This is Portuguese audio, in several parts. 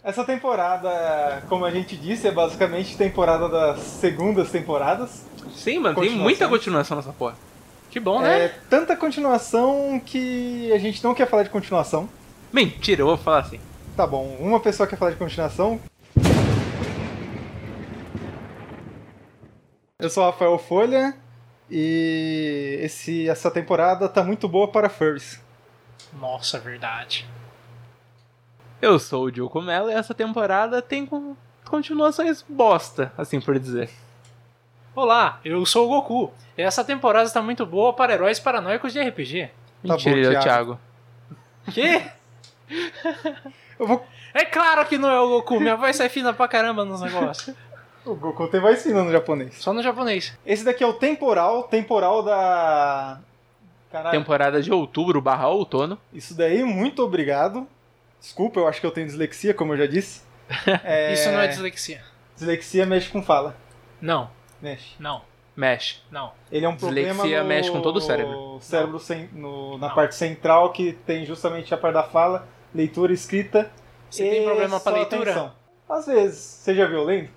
Essa temporada, como a gente disse, é basicamente temporada das segundas temporadas. Sim, mano, tem Continuação. muita continuação nessa porra. Que bom, né? É tanta continuação que a gente não quer falar de continuação. Mentira, eu vou falar assim. Tá bom, uma pessoa quer falar de continuação. Eu sou o Rafael Folha e esse, essa temporada tá muito boa para furries. Nossa, verdade. Eu sou o Diogo Mello e essa temporada tem con- continuações bosta, assim por dizer. Olá, eu sou o Goku. Essa temporada está muito boa para heróis paranoicos de RPG. Tá Mentira, bom, Thiago. Que? Eu vou... É claro que não é o Goku, minha voz sai fina pra caramba nos negócios. O Goku tem mais fino no japonês. Só no japonês. Esse daqui é o temporal, temporal da... Caralho, Temporada de outubro barra outono. isso daí, muito obrigado. Desculpa, eu acho que eu tenho dislexia, como eu já disse. É, Isso não é dislexia. Dislexia mexe com fala. Não, Mexe. não, Mexe. não. Ele é um Dislexia problema no... mexe com todo o cérebro. cérebro cen- no- na Não. parte central que tem justamente a parte da fala, leitura, escrita. Você e tem problema pra só leitura? atenção. Às vezes. Você já viu eu lendo?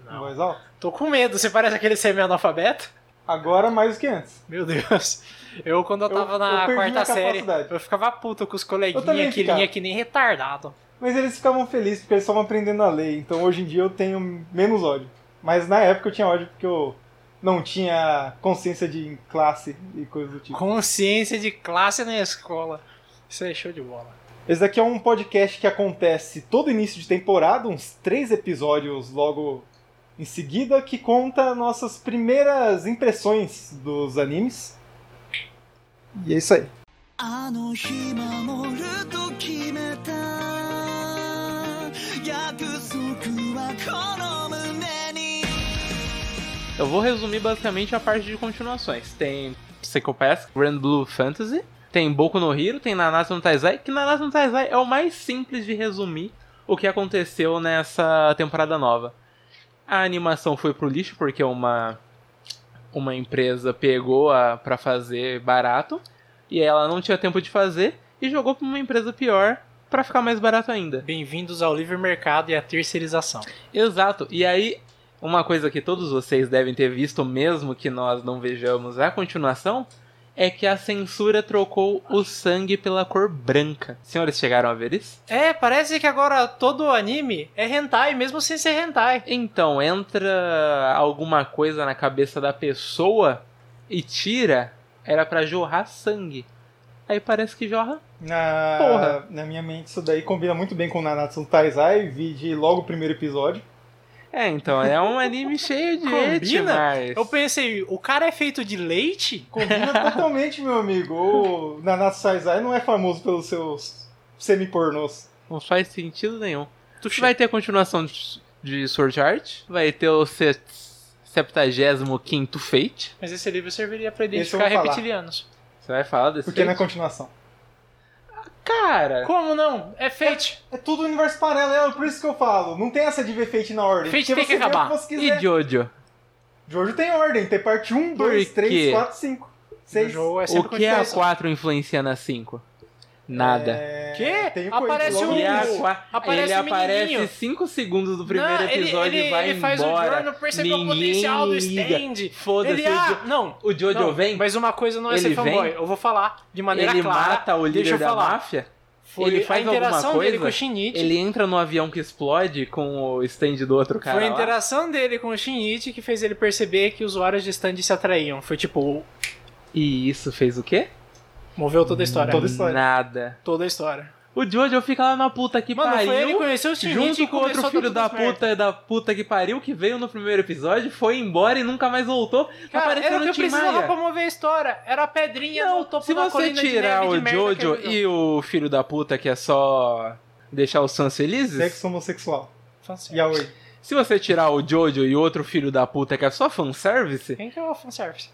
Em Não. voz alta? Tô com medo, você parece aquele semi-analfabeto? Agora mais do que antes. Meu Deus. Eu, quando eu Eu- tava na eu perdi quarta minha série, capacidade. eu ficava puto com os Eu também coleguinhas que ficava. linha que nem retardado. Mas eles ficavam felizes porque eles estavam aprendendo a ler. Então hoje em dia eu tenho menos ódio. Mas na época eu tinha ódio porque eu não tinha consciência de classe e coisa do tipo. Consciência de classe na escola. Isso é show de bola. Esse daqui é um podcast que acontece todo início de temporada, uns três episódios logo em seguida, que conta nossas primeiras impressões dos animes. E é isso aí. あの日守ると決めた約束はこの胸に Eu vou resumir basicamente a parte de continuações. Tem Psychopath, Grand Blue Fantasy, tem Boku no Hero, tem Nanatsu no Taizai, que Nanatsu no Taizai é o mais simples de resumir o que aconteceu nessa temporada nova. A animação foi pro lixo porque uma uma empresa pegou a para fazer barato e ela não tinha tempo de fazer e jogou pra uma empresa pior pra ficar mais barato ainda. Bem-vindos ao livre mercado e à terceirização. Exato. E aí, uma coisa que todos vocês devem ter visto, mesmo que nós não vejamos a continuação, é que a censura trocou o sangue pela cor branca. Senhores chegaram a ver isso? É, parece que agora todo anime é hentai, mesmo sem ser hentai. Então, entra alguma coisa na cabeça da pessoa e tira, era pra jorrar sangue. Aí parece que jorra. Na, Porra. na minha mente, isso daí combina muito bem com Nanatsu no Taizai, vi de logo o primeiro episódio. É, então, é um anime cheio de et, Combina? mas... Eu pensei, o cara é feito de leite? Combina totalmente, meu amigo. O Nanatsu Taizai não é famoso pelos seus semi-pornôs. Não faz sentido nenhum. Tu Vai ter a continuação de- de Sword Art, vai ter o se- 75º Fate. Mas esse livro serviria pra Esse eu identificar vou falar. reptilianos. Você vai falar desse Porque é na fate? continuação. Cara, Como não? É Fate. É tudo universo paralelo, por isso que eu falo. Não tem essa de ver Fate na ordem. porque Fate tem você que vê o acabar. você quiser. e Jojo? Jojo tem ordem, tem parte 1, Por 2, 3, quê? 4, 5, 6. Jojo é O sempre que é a continuação. 4 influenciando a 5? Nada. Quê? É, Tem o Aparece coito um- logo Ele no início. Ele aqua- É, aparece ele o menininho. aparece 5 segundos do primeiro Não, ele- episódio ele, e vai ele faz o embora. Jorno perceber o Ninguém potencial do liga. stand. Foda-se. Ele, o Jo- ah, não. O Jojo não, vem, Mas uma coisa não é Ele ser fanboy. vem? Eu vou falar de maneira ele clara. mata o Deixa líder eu da falar. máfia, Foi ele faz a alguma interação dele coisa, com o Shinichi. ele entra no avião que explode com o stand do outro cara Foi a lá. interação dele com o Shinichi que fez ele perceber que usuários de stand se atraíam. Foi tipo, E isso fez o quê? moveu toda a história. Toda a Hum. história. Nada. Toda a história. O Jojo fica lá na puta que Mano, foi ele pariu. que conheceu o Shinichi Junto e com outro começou filho todas da as merdas. puta da puta que pariu, que veio no primeiro episódio, foi embora e nunca mais voltou. tá Cara, parecendo era o que eu Tim precisava Maia. pra mover a história. Era a pedrinha no topo Se da você colina de tirar neve o de merda que Jojo ele jogou. e o filho da puta que é só deixar os fãs felizes. Sexo homossexual. Fanservice. Yaoi. Se você tirar o Jojo e outro filho da puta que é só fanservice, Quem que é o fanservice?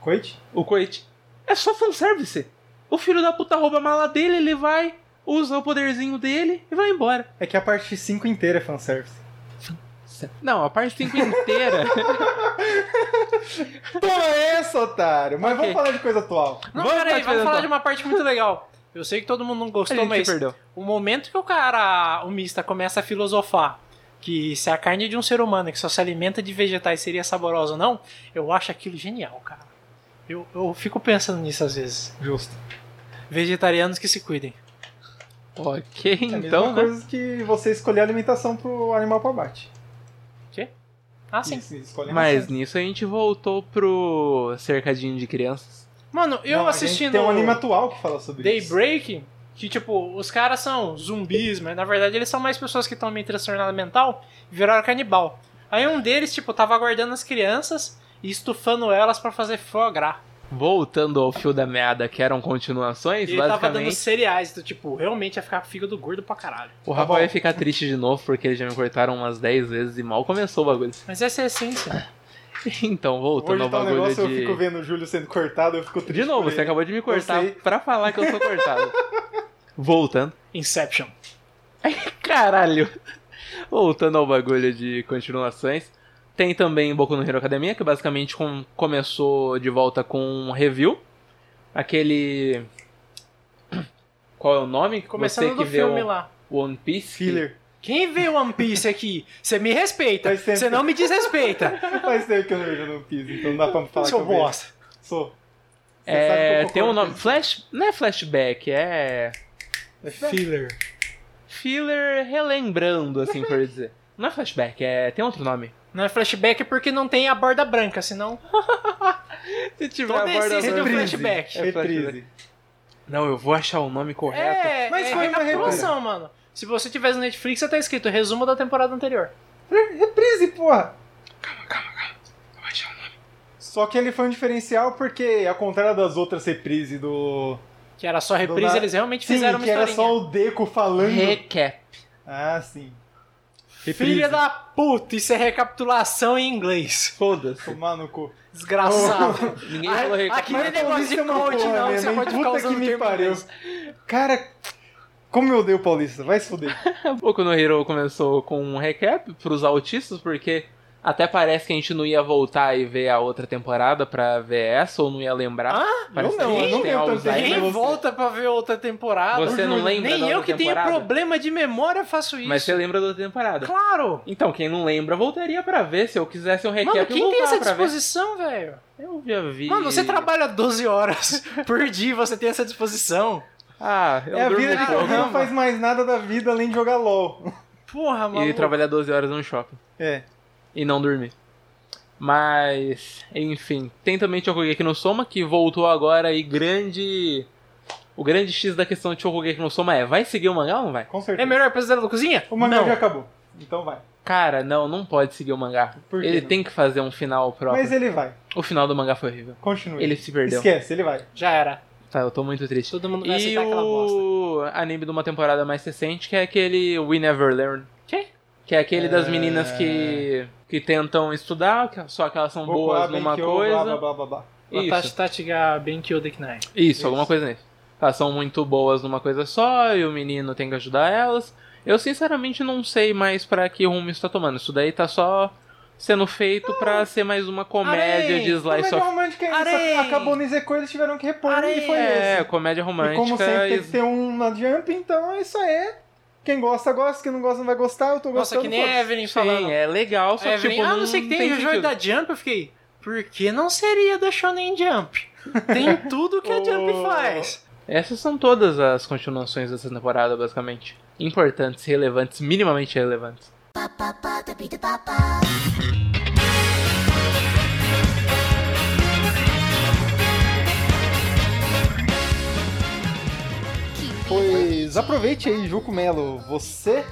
Coit? o Koichi é só fanservice. O filho da puta rouba a mala dele, ele vai, usa o poderzinho dele e vai embora. É que a parte 5 inteira é fanservice. Não, a parte 5 inteira. Toma essa, otário! Mas Ok. é vamos falar de coisa atual. Não, Vamos pra peraí, vamos falar Atlanta. de uma parte muito legal. Eu sei que todo mundo não A gostou, gente se mas perdeu. o momento que o cara, o mista, começa a filosofar que se a carne de um ser humano que só se alimenta de vegetais seria saborosa ou não, eu acho aquilo genial, cara. Eu, eu fico pensando nisso às vezes. Justo. Vegetarianos que se cuidem. Ok, É a mesma então, né? coisa que você escolher a alimentação pro animal pro abate. Ah, sim. Isso, escolhe a Mas alimentação. nisso a gente voltou pro cercadinho de crianças. Mano, eu Não, a gente assistindo Tem um anime atual que fala sobre isso. Daybreak, que tipo, os caras são zumbis, mas na verdade eles são mais pessoas que estão meio transtornadas mental e viraram canibal. Aí um deles, tipo, tava aguardando as crianças e estufando elas pra fazer foie gras. Voltando ao fio da meada, que eram continuações, Ele tava dando basicamente cereais, do tipo, realmente ia ficar fígado gordo pra caralho. o Rafael Tá bom. ia ficar triste de novo porque eles já me cortaram umas 10 vezes e mal começou o bagulho. Mas essa é a essência. Então, voltando Hoje ao tá um bagulho negócio, eu de. fico vendo o Júlio sendo cortado, eu fico triste. De novo, por você ele. acabou de me cortar sei. pra falar que eu sou cortado. Voltando. Inception. Caralho! Voltando ao bagulho de continuações. Tem também Boku no Hero Academia, que basicamente com- começou de volta com um review. Aquele. Qual é o nome? Começando Você do que vê filme o lá. One Piece. Filler. Quem vê One Piece aqui? Você me respeita. Faz tempo. Você não me desrespeita. Faz tempo que eu não vejo no piso, então não dá pra me falar Seu que eu vejo. bosta. Sou. Você É, sabe que eu tem um concordo nome. com isso. Flash. Não é flashback, é. Filler. Filler relembrando, assim por dizer. Não é flashback, é. Tem outro nome. Não é flashback porque não tem a borda branca, senão Se tiver toda a essência de um branca. flashback. É Reprise. Não, eu vou achar o nome correto. É, Mas é foi uma recapitulação, mano. Se você tivesse no Netflix, já tá escrito resumo da temporada anterior. Re- Reprise, porra! um Só que ele foi um diferencial porque, ao contrário das outras reprises do. Que era só reprise, Dona- eles realmente Sim, fizeram uma que era historinha. só o Deco falando. Recap. Ah, sim. Filha da puta, isso é recapitulação em inglês. Foda-se. Tomar no cu. Desgraçado. Ninguém falou Ah, recap. Aqui não é Mas negócio de paulista é uma coach, porra, não. que minha Você mãe. pode ficar Puta usando que o me termo pariu. inglês. Cara, como eu odeio paulista, vai se fuder. Boku no Hero começou com um recap pros autistas, porque até parece que a gente não ia voltar e ver a outra temporada pra ver essa, ou não ia lembrar. Ah, parece eu não, que a eu gente não tem tenho tanto Alzheimer. tempo. Ninguém mas você- volta pra ver outra temporada. Você não Júlio. lembra da Nem eu outra que tenho temporada? problema de memória faço isso. Mas você lembra da outra temporada. Claro. Então, quem não lembra, voltaria pra ver. Se eu quisesse um recap, Mano, eu quem tem voltava essa pra ver. disposição, velho? Eu já vi. Mano, você trabalha 12 horas por dia, você tem essa disposição. Ah, eu é a durmo vida de pouco. quem não faz mais nada da vida além de jogar LOL. Porra, mano. E trabalhar 12 horas no shopping. É. e não dormir. Mas, enfim, tem também Chokugeki no Soma que voltou agora e grande o grande X da questão de Chokugeki no Soma é, vai seguir o mangá ou não vai? Com É certeza. melhor pesadelo da cozinha? O mangá não. já acabou. Então vai. Cara, não, não pode seguir o mangá. Por que ele né? não? tem que fazer um final próprio. Mas ele vai. é- O final do mangá foi horrível. Continue. Ele se perdeu. Esquece, ele vai. Já era. Tá, eu tô muito triste. Todo mundo vai E aceitar aquela bosta. o anime de uma temporada mais recente que é aquele We Never Learn. Quê? Que é aquele das É. meninas que que tentam estudar, que só que elas são Boku, boas Aben, numa Kyo, coisa. Blá, blá, blá, blá. Isso. Watashi Tachi ga Benkyo Dekinai. Isso, alguma coisa nisso. Elas são muito boas numa coisa só e o menino tem que ajudar elas. Eu sinceramente não sei mais pra que rumo isso tá tomando. Isso daí tá só sendo feito pra ser mais uma comédia Arém! de slice Comédia of romântica é Arém! isso. Acabou no Izekoi, eles tiveram que repor Arém! e foi É, esse. comédia E como romântica. sempre, e- tem que ter um na Jump, então isso aí. Quem gosta, gosta. Quem não gosta, não vai gostar. Eu tô Nossa, gostando. que nem a foda-se. Evelyn falando. Sim, é legal, só A que Evelyn, tipo, ah, não sei o que tem, tem Jojo sentido. da Jump, eu fiquei... Por que não seria da Shonen Jump? Tem tudo que a Jump Oh. faz. Essas são todas as continuações dessa temporada, basicamente. Importantes, relevantes, minimamente relevantes. Pois aproveite aí, Juco Melo. Você,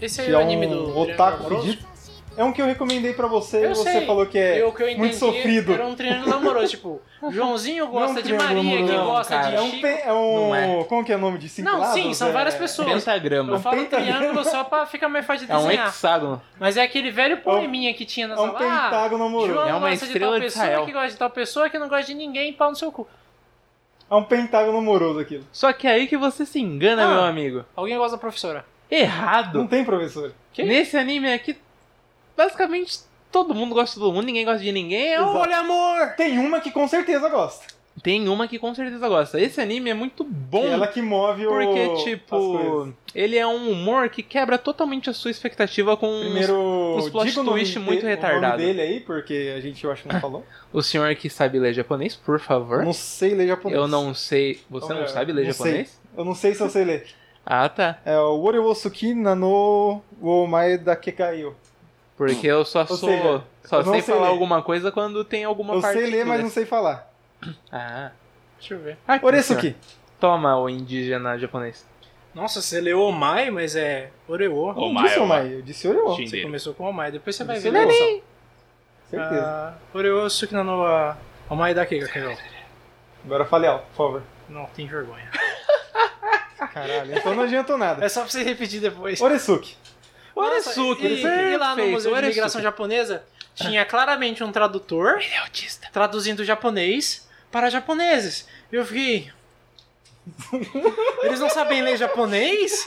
Esse aí que é é o anime do um otaku Triângulo Amoroso. fedido, é um que eu recomendei pra você. Eu você sei. falou que é Eu que eu entendi muito sofrido. era um triângulo amoroso, tipo, Joãozinho gosta Não, é de um triângulo Maria, que amoroso, gosta cara. de É um, Chico. pe- é um- Não é. Como que é o nome de cinco Não, sim, lados? são É- várias pessoas. Eu Pentagrama. falo um pentagrama. triângulo só pra ficar mais fácil de É um desenhar. É hexágono. Mas é aquele velho poeminha que tinha na É um sala. Ah, pentágono amoroso. João É uma gosta de estrela tal de pessoa Israel. que gosta de tal pessoa que não gosta de ninguém, pau no seu cu. É um pentágono amoroso aquilo. Só que é aí que você se engana, Ah. meu amigo. Alguém gosta da professora. Não Errado. tem professor. Que? Nesse anime aqui, basicamente todo mundo gosta de todo mundo, ninguém gosta de ninguém. É um... Exato. amor! Tem uma que com certeza gosta. Tem uma que com certeza gosta. Esse anime é muito bom. Que ela que move o. Porque, as coisas. tipo, ele é um humor que quebra totalmente a sua expectativa com uns- Primeiro, uns plot diga o nome twist dele- muito O retardado. nome dele aí, porque a gente eu acho que não falou. o senhor que sabe ler japonês, por favor. não sei ler japonês. Eu não sei. Você Então, não é, sabe ler não japonês? Eu não sei se eu sei ler. Ah, tá. É o Orewosuki Nano Omae da Kekaio. Porque eu só Ou sou. seja, só eu não sei, sei falar ler. alguma coisa quando tem alguma Eu parte. sei ler, que mas tu não lê. sei falar. Ah. Deixa eu ver. Aqui, senhor. Oresuki. Toma, o indígena japonês. Nossa, você leu Omai, mas é Oreo. Eu não Omae, disse Omae. Omae, eu disse Orewo. Sim. Você começou com Omai, depois você vai Você ver. a leu? opção. Certeza. Ah, Oreo Sukinanoa Omai da Kega, Carol. Agora fale alto, por favor. Não, tem vergonha. Ah. Caralho, então não adiantou nada. É só pra você repetir depois. Oresuki. Oresuki, e, e lá no perfeito, Museu de Oresuki. Imigração Japonesa tinha claramente um tradutor Ele é autista. traduzindo japonês para japoneses. E eu fiquei. Eles não sabem ler japonês?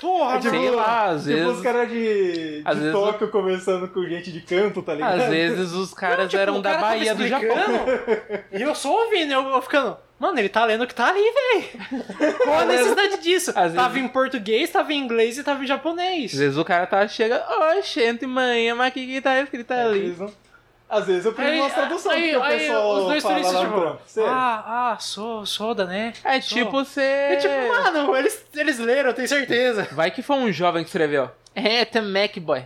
Porra, Tipo, Sei lá, às tipo vezes- os caras de, às de vezes- Tóquio conversando com gente de canto, tá ligado? Às vezes os caras Não, tipo, eram o da cara tava Bahia do explicando, Japão. E eu só ouvindo, eu, eu ficando. Mano, ele tá lendo o que tá ali, velho. Qual a necessidade disso? Às tava vezes- em português, tava em inglês e tava em japonês. Às vezes o cara tá, chega, ô, gente, manhã, mas o que que tá escrito ali? Eles não- Às vezes eu preciso Aí- de uma tradução, aí- porque o aí pessoal os dois fala turistas, lá no tipo, trampo. é Sério. Ah, ah, sou, sou da, né? É Sou. tipo você... É tipo, mano, eles, eles leram, eu tenho certeza. Vai que foi um jovem que escreveu. É, The Mac Boy.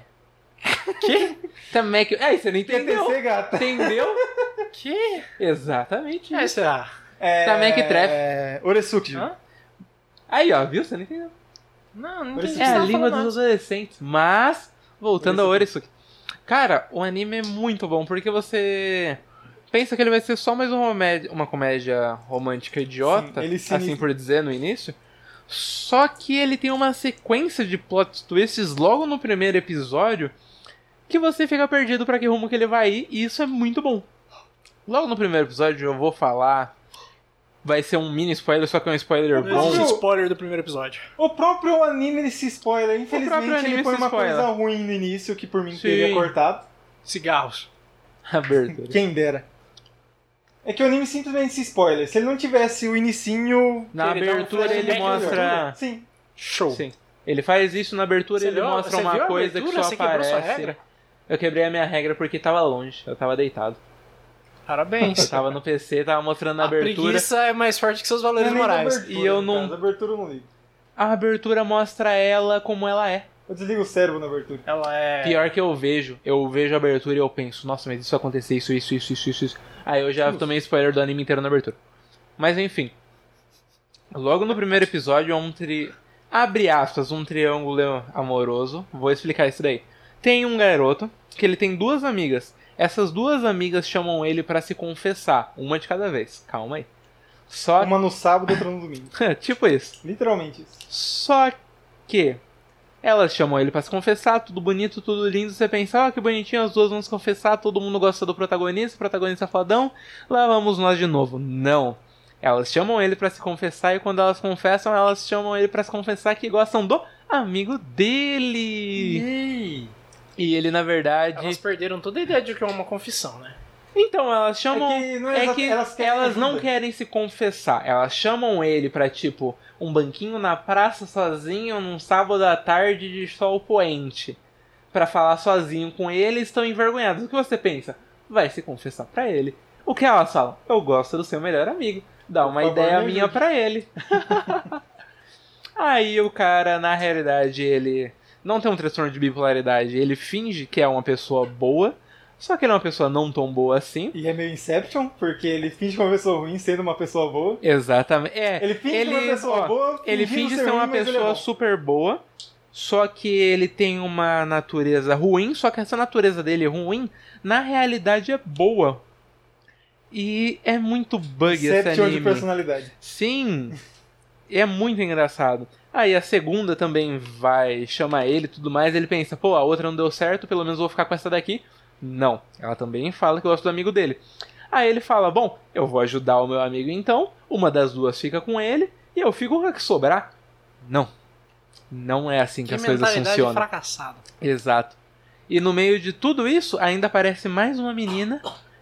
Que? The Mac... É, você não entendeu. TTC, gata. Entendeu? Que? Exatamente. É, será? É... Também que trefe. É... Oresuki, Ju. Hã? Aí, ó, viu? Você não entendeu. Não, não Parece entendi. que É o que a você língua tava falando. dos adolescentes. Mas, voltando ao Orisuki. Cara, o anime é muito bom, porque você pensa que ele vai ser só mais uma comédia, uma comédia romântica idiota, Sim, ele se assim inicia- por dizer, no início. Só que ele tem uma sequência de plot twists logo no primeiro episódio que você fica perdido pra que rumo que ele vai ir, e isso é muito bom. Logo no primeiro episódio eu vou falar. Vai ser um mini spoiler, só que é um spoiler Mas bom. isso- Existe spoiler do primeiro episódio. O próprio anime ele se spoiler. Infelizmente próprio anime ele põe se uma spoiler. coisa ruim no início que por mim Sim. teria cortado. Cigarros. Abertura. Quem dera. É que o anime simplesmente se spoiler. Se ele não tivesse o inicinho... Na Ele dá um abertura flashback ele na mostra. né? Sim. Show. Sim. Ele faz isso na abertura, Você ele viu- mostra você viu uma a coisa que abertura? só Você quebrou aparece. sua regra? Eu quebrei a minha regra porque tava longe, eu tava deitado. Eu Parabéns. tava no PC, tava mostrando a, a abertura. preguiça é mais forte que seus Não é valores nem da morais. abertura, e eu no não- caso, A abertura eu não ligo. A abertura mostra ela como ela é. Eu desligo o cérebro na abertura. Ela é. Pior que eu vejo, eu vejo a abertura e eu penso, nossa, mas isso aconteceu, isso, isso, isso, isso, isso, isso. Aí eu já tomei spoiler do anime inteiro na abertura. Mas enfim. Logo no primeiro episódio é um tri. Abre aspas, um triângulo amoroso. Vou explicar isso daí. Tem um garoto que ele tem duas amigas. Essas duas amigas chamam ele pra se confessar, uma de cada vez. Calma aí. Só Uma no sábado, outra no domingo. tipo isso. Literalmente isso. Só que elas chamam ele pra se confessar, tudo bonito, tudo lindo. Você pensa, ah, que bonitinho, as duas vão se confessar, todo mundo gosta do protagonista, o protagonista é fodão, lá vamos nós de novo. Não. Elas chamam ele pra se confessar e quando elas confessam, elas chamam ele pra se confessar que gostam do amigo dele. E ele, na verdade. Elas perderam toda a ideia de o que é uma confissão, né? Então, elas chamam é que, não é exa- que elas, querem ajuda. não querem se confessar. Elas chamam ele pra, tipo, um banquinho na praça sozinho num sábado à tarde de sol poente. Pra falar sozinho com ele, estão envergonhadas. O que você pensa? Vai se confessar pra ele. O que elas falam? Eu gosto do seu melhor amigo. Dá Por uma favor, ideia me minha ajude. pra ele. Aí o cara, na realidade, ele não tem um transtorno de bipolaridade. Ele finge que é uma pessoa boa, só que ele é uma pessoa não tão boa assim. E é meio Inception, porque ele finge uma pessoa ruim sendo uma pessoa boa. Exatamente. É, Ele finge ele, uma pessoa ó, boa. ele fingindo finge ser uma ruim, mas ele é pessoa bom. super boa, só que ele tem uma natureza ruim, só que essa natureza dele ruim, na realidade é boa. E é muito bug esse Inception um de anime. personalidade. Sim. É muito engraçado. Aí a segunda também vai chamar ele e tudo mais. Ele pensa, pô, a outra não deu certo, pelo menos vou ficar com essa daqui. Não. Ela também fala que gosta do amigo dele. Aí ele fala, bom, eu vou ajudar o meu amigo então. Uma das duas fica com ele e eu fico com a que sobrar. Não. Não é assim que, Que as coisas mentalidade funcionam. fracassada. Exato. E no meio de tudo isso, ainda aparece mais uma menina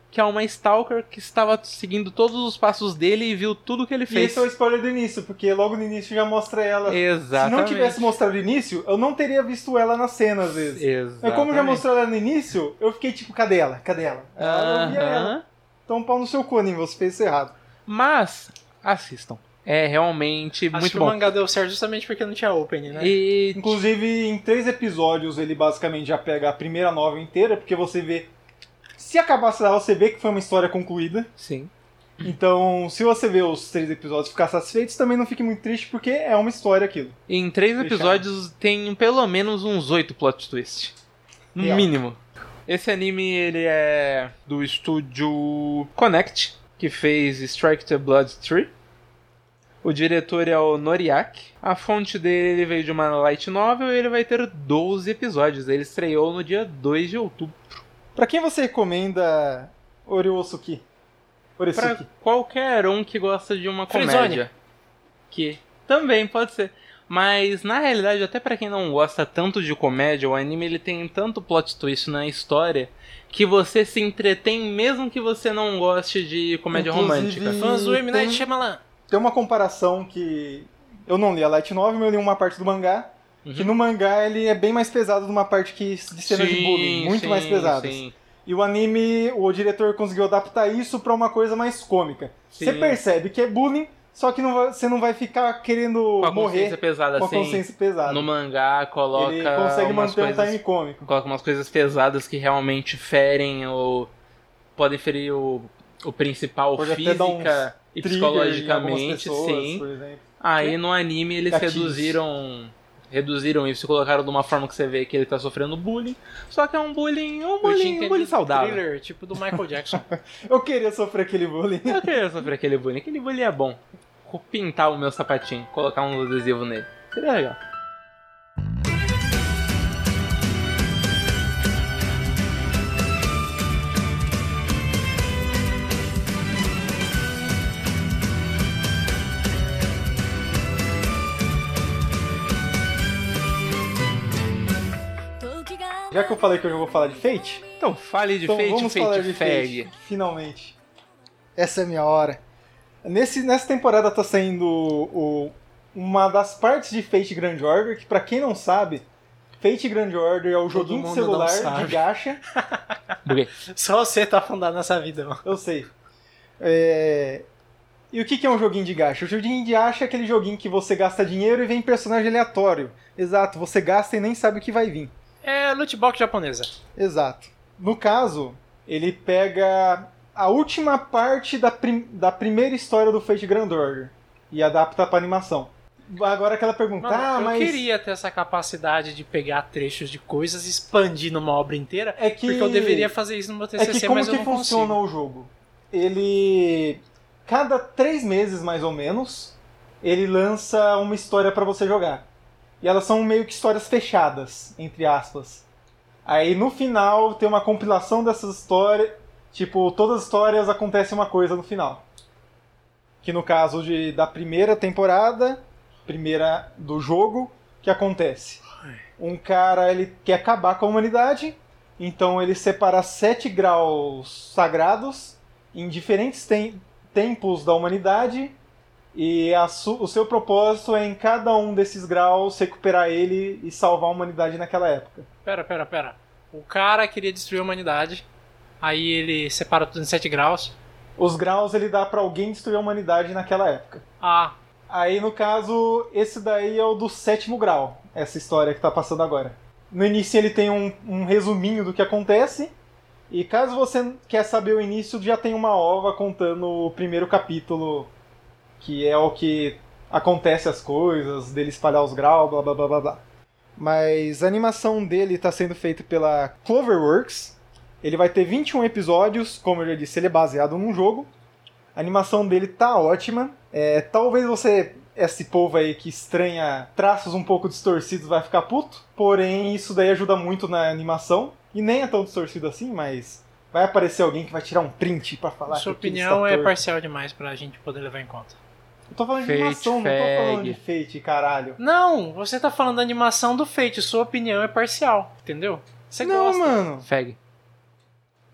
que é uma stalker que estava seguindo todos os passos dele e viu tudo que ele E fez. esse é o spoiler do início, porque logo no início já mostra ela. Se não Exatamente. tivesse mostrado no início, eu não teria visto ela na cena, às vezes. Mas é como já mostrou ela no início, eu fiquei tipo, cadê ela? Cadê ela? Eu não via ela. Aham. Então pau no seu cu, Aninho, você fez isso errado. Mas, assistam. É realmente Acho muito que bom. o mangá deu certo justamente porque não tinha opening, né? E Inclusive, em três episódios, ele basicamente já pega a primeira nova inteira, porque você vê... Se acabasse lá, você vê que foi uma história concluída. Sim. Então, se você vê os três episódios e ficar satisfeito, também não fique muito triste, porque é uma história aquilo. Em três Fechado. episódios tem pelo menos uns oito plot twist. No Real. mínimo. Esse anime, ele é do estúdio Connect, que fez Strike the Blood Tree. O diretor é o Noriaki. A fonte dele veio de uma light novel e ele vai ter 12 episódios. Ele estreou no dia 2 de outubro. Pra quem você recomenda Oriosuki? Pra Oriosuki. qualquer um que gosta de uma Friendzone. comédia. Que também pode ser. Mas na realidade, até pra quem não gosta tanto de comédia, o anime ele tem tanto plot twist na história que você se entretém mesmo que você não goste de comédia Inclusive, romântica. Fãs do M. Night tem- Shyamalan. Tem uma comparação que... Eu não li a Light Novel, mas eu li uma parte do mangá. Uhum. Que no mangá ele é bem mais pesado numa parte que de cenas de bullying. Muito sim, mais pesadas. sim. E o anime, o diretor conseguiu adaptar isso pra uma coisa mais cômica. Você Sim. percebe que é bullying, só que não vai- você não vai ficar querendo Com a consciência morrer pesada com a assim. consciência pesada. No mangá coloca Ele consegue umas manter coisas um time cômico. coloca umas coisas pesadas que realmente ferem ou podem ferir o, o principal Pode até física dar uns e Trigger em algumas psicologicamente, pessoas, sim. por exemplo. Aí no anime eles Gatilhos. reduziram reduziram isso e colocaram de uma forma que você vê que ele tá sofrendo bullying, só que é um bullying, um Eu tinha bullying, um entendido bullying saudável. Thriller, tipo do Michael Jackson. Eu queria sofrer aquele bullying. Eu queria sofrer aquele bullying, aquele bullying é bom. Vou pintar o meu sapatinho, colocar um adesivo nele. Seria legal. Já que eu falei que eu já vou falar de Fate, Então fale de então Fate, vamos falar Fate, de Fag. Fate. Finalmente. Essa é a minha hora. Nesse, nessa temporada tá saindo o- uma das partes de Fate Grand Order, que pra quem não sabe, Fate Grand Order é o joguinho de mundo não celular sabe. de gacha. Buguei. Só você tá afundado nessa vida, mano. Eu sei. É, E o que que é um joguinho de gacha? O joguinho de gacha é aquele joguinho que você gasta dinheiro e vem personagem aleatório. Exato, você gasta e nem sabe o que vai vir. É loot box japonesa. Exato. No caso, ele pega a última parte da, prim- da primeira história do Fate Grand Order e adapta pra animação. Agora aquela pergunta, Mano, ah, eu mas queria ter essa capacidade de pegar trechos de coisas e expandir numa obra inteira, é que porque eu deveria fazer isso no meu é TCC, que como mas eu que não funciona consigo. o jogo? Ele cada três meses mais ou menos ele lança uma história pra você jogar e elas são meio que histórias fechadas entre aspas. Aí no final tem uma compilação dessas histórias, tipo todas as histórias acontece uma coisa no final. Que no caso de, da primeira temporada, primeira do jogo, que acontece. Um cara ele quer acabar com a humanidade então ele separa sete graus sagrados em diferentes tem- tempos da humanidade e a su- o seu propósito é em cada um desses graus recuperar ele e salvar a humanidade naquela época. Pera, pera, pera. O cara queria destruir a humanidade, aí ele separa tudo em 7 graus. Os graus ele dá pra alguém destruir a humanidade naquela época. Ah, Aí no caso esse daí é o do sétimo grau, essa história que tá passando agora. No início ele tem um, um resuminho do que acontece. E caso você quer saber o início, já tem uma ova contando o primeiro capítulo, que é o que acontece as coisas, dele espalhar os graus, blá blá blá blá blá. Mas a animação dele está sendo feita pela Cloverworks. Ele vai ter 21 episódios, como eu já disse, ele é baseado num jogo. A animação dele tá ótima. É, talvez você, esse povo aí que estranha traços um pouco distorcidos, vai ficar puto. Porém, isso daí ajuda muito na animação. E nem é tão distorcido assim, mas vai aparecer alguém que vai tirar um print pra falar. sua que aquilo opinião está é torto. parcial demais pra gente poder levar em conta. Eu tô falando de Fate, animação, não tô falando de fag. Fate, caralho. Não, você tá falando da animação do Fate, sua opinião é parcial, entendeu? Você não, gosta. mano. Fag.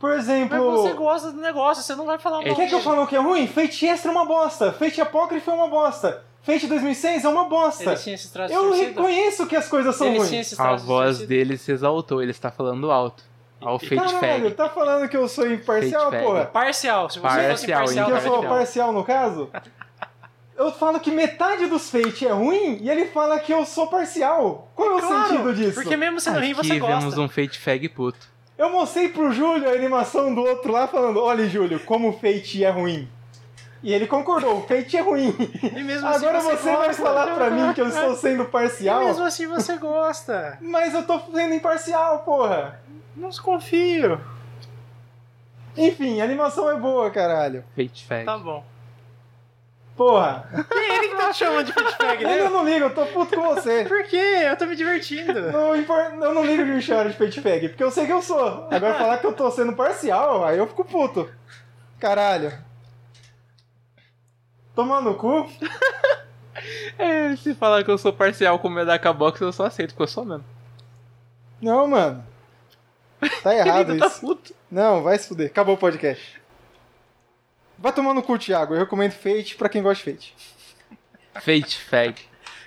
Por exemplo. Mas você gosta do negócio, você não vai falar É mal. Quer que eu dele. fale o que é ruim? Fate Extra é uma bosta. Fate Apócrifo é uma bosta. Fate 2006 é uma bosta. Ele tinha esses traços Eu de suicida? reconheço que as coisas são Ele tinha ruins. esses A traços de voz suicida? dele se exaltou, ele está falando alto. Ao Fate Caralho, Fag. tá falando que eu sou imparcial, Fate porra? fag. Parcial, se você fosse é Parcial, Que parcial, tá eu então. sou parcial no caso? Eu falo que metade dos Fate é ruim e ele fala que eu sou parcial. Qual é o Claro, sentido disso? Porque mesmo sendo ruim, Aqui você vemos gosta. um Fate Fag puto. Eu mostrei pro Júlio a animação do outro lá falando: olha, Júlio, como o Fate é ruim. E ele concordou, o Fate é ruim. E mesmo assim Agora você, vai gosta. falar pra mim que eu estou sendo E parcial? mesmo assim você gosta. Mas eu tô sendo imparcial, porra. Não desconfio. Enfim, a animação é boa, caralho. Fate Fag. Tá bom. Porra, E ele que tá chamando de feedback, eu né? não ligo, eu tô puto com você. Por quê? Eu tô me divertindo. Não impor- Eu não ligo de me chamar de pet fag, porque eu sei que eu sou. Agora falar que eu tô sendo parcial, aí eu fico puto. Caralho. Tomando no cu? É, se falar que eu sou parcial com o Medaka Box, eu só aceito, porque eu sou mesmo. Não, mano. Tá errado Querido, tá isso. puto. Não, vai se fuder. Acabou o podcast. Vai tomar no cu, Thiago. Eu recomendo Fate pra quem gosta de Fate. Fate Fag.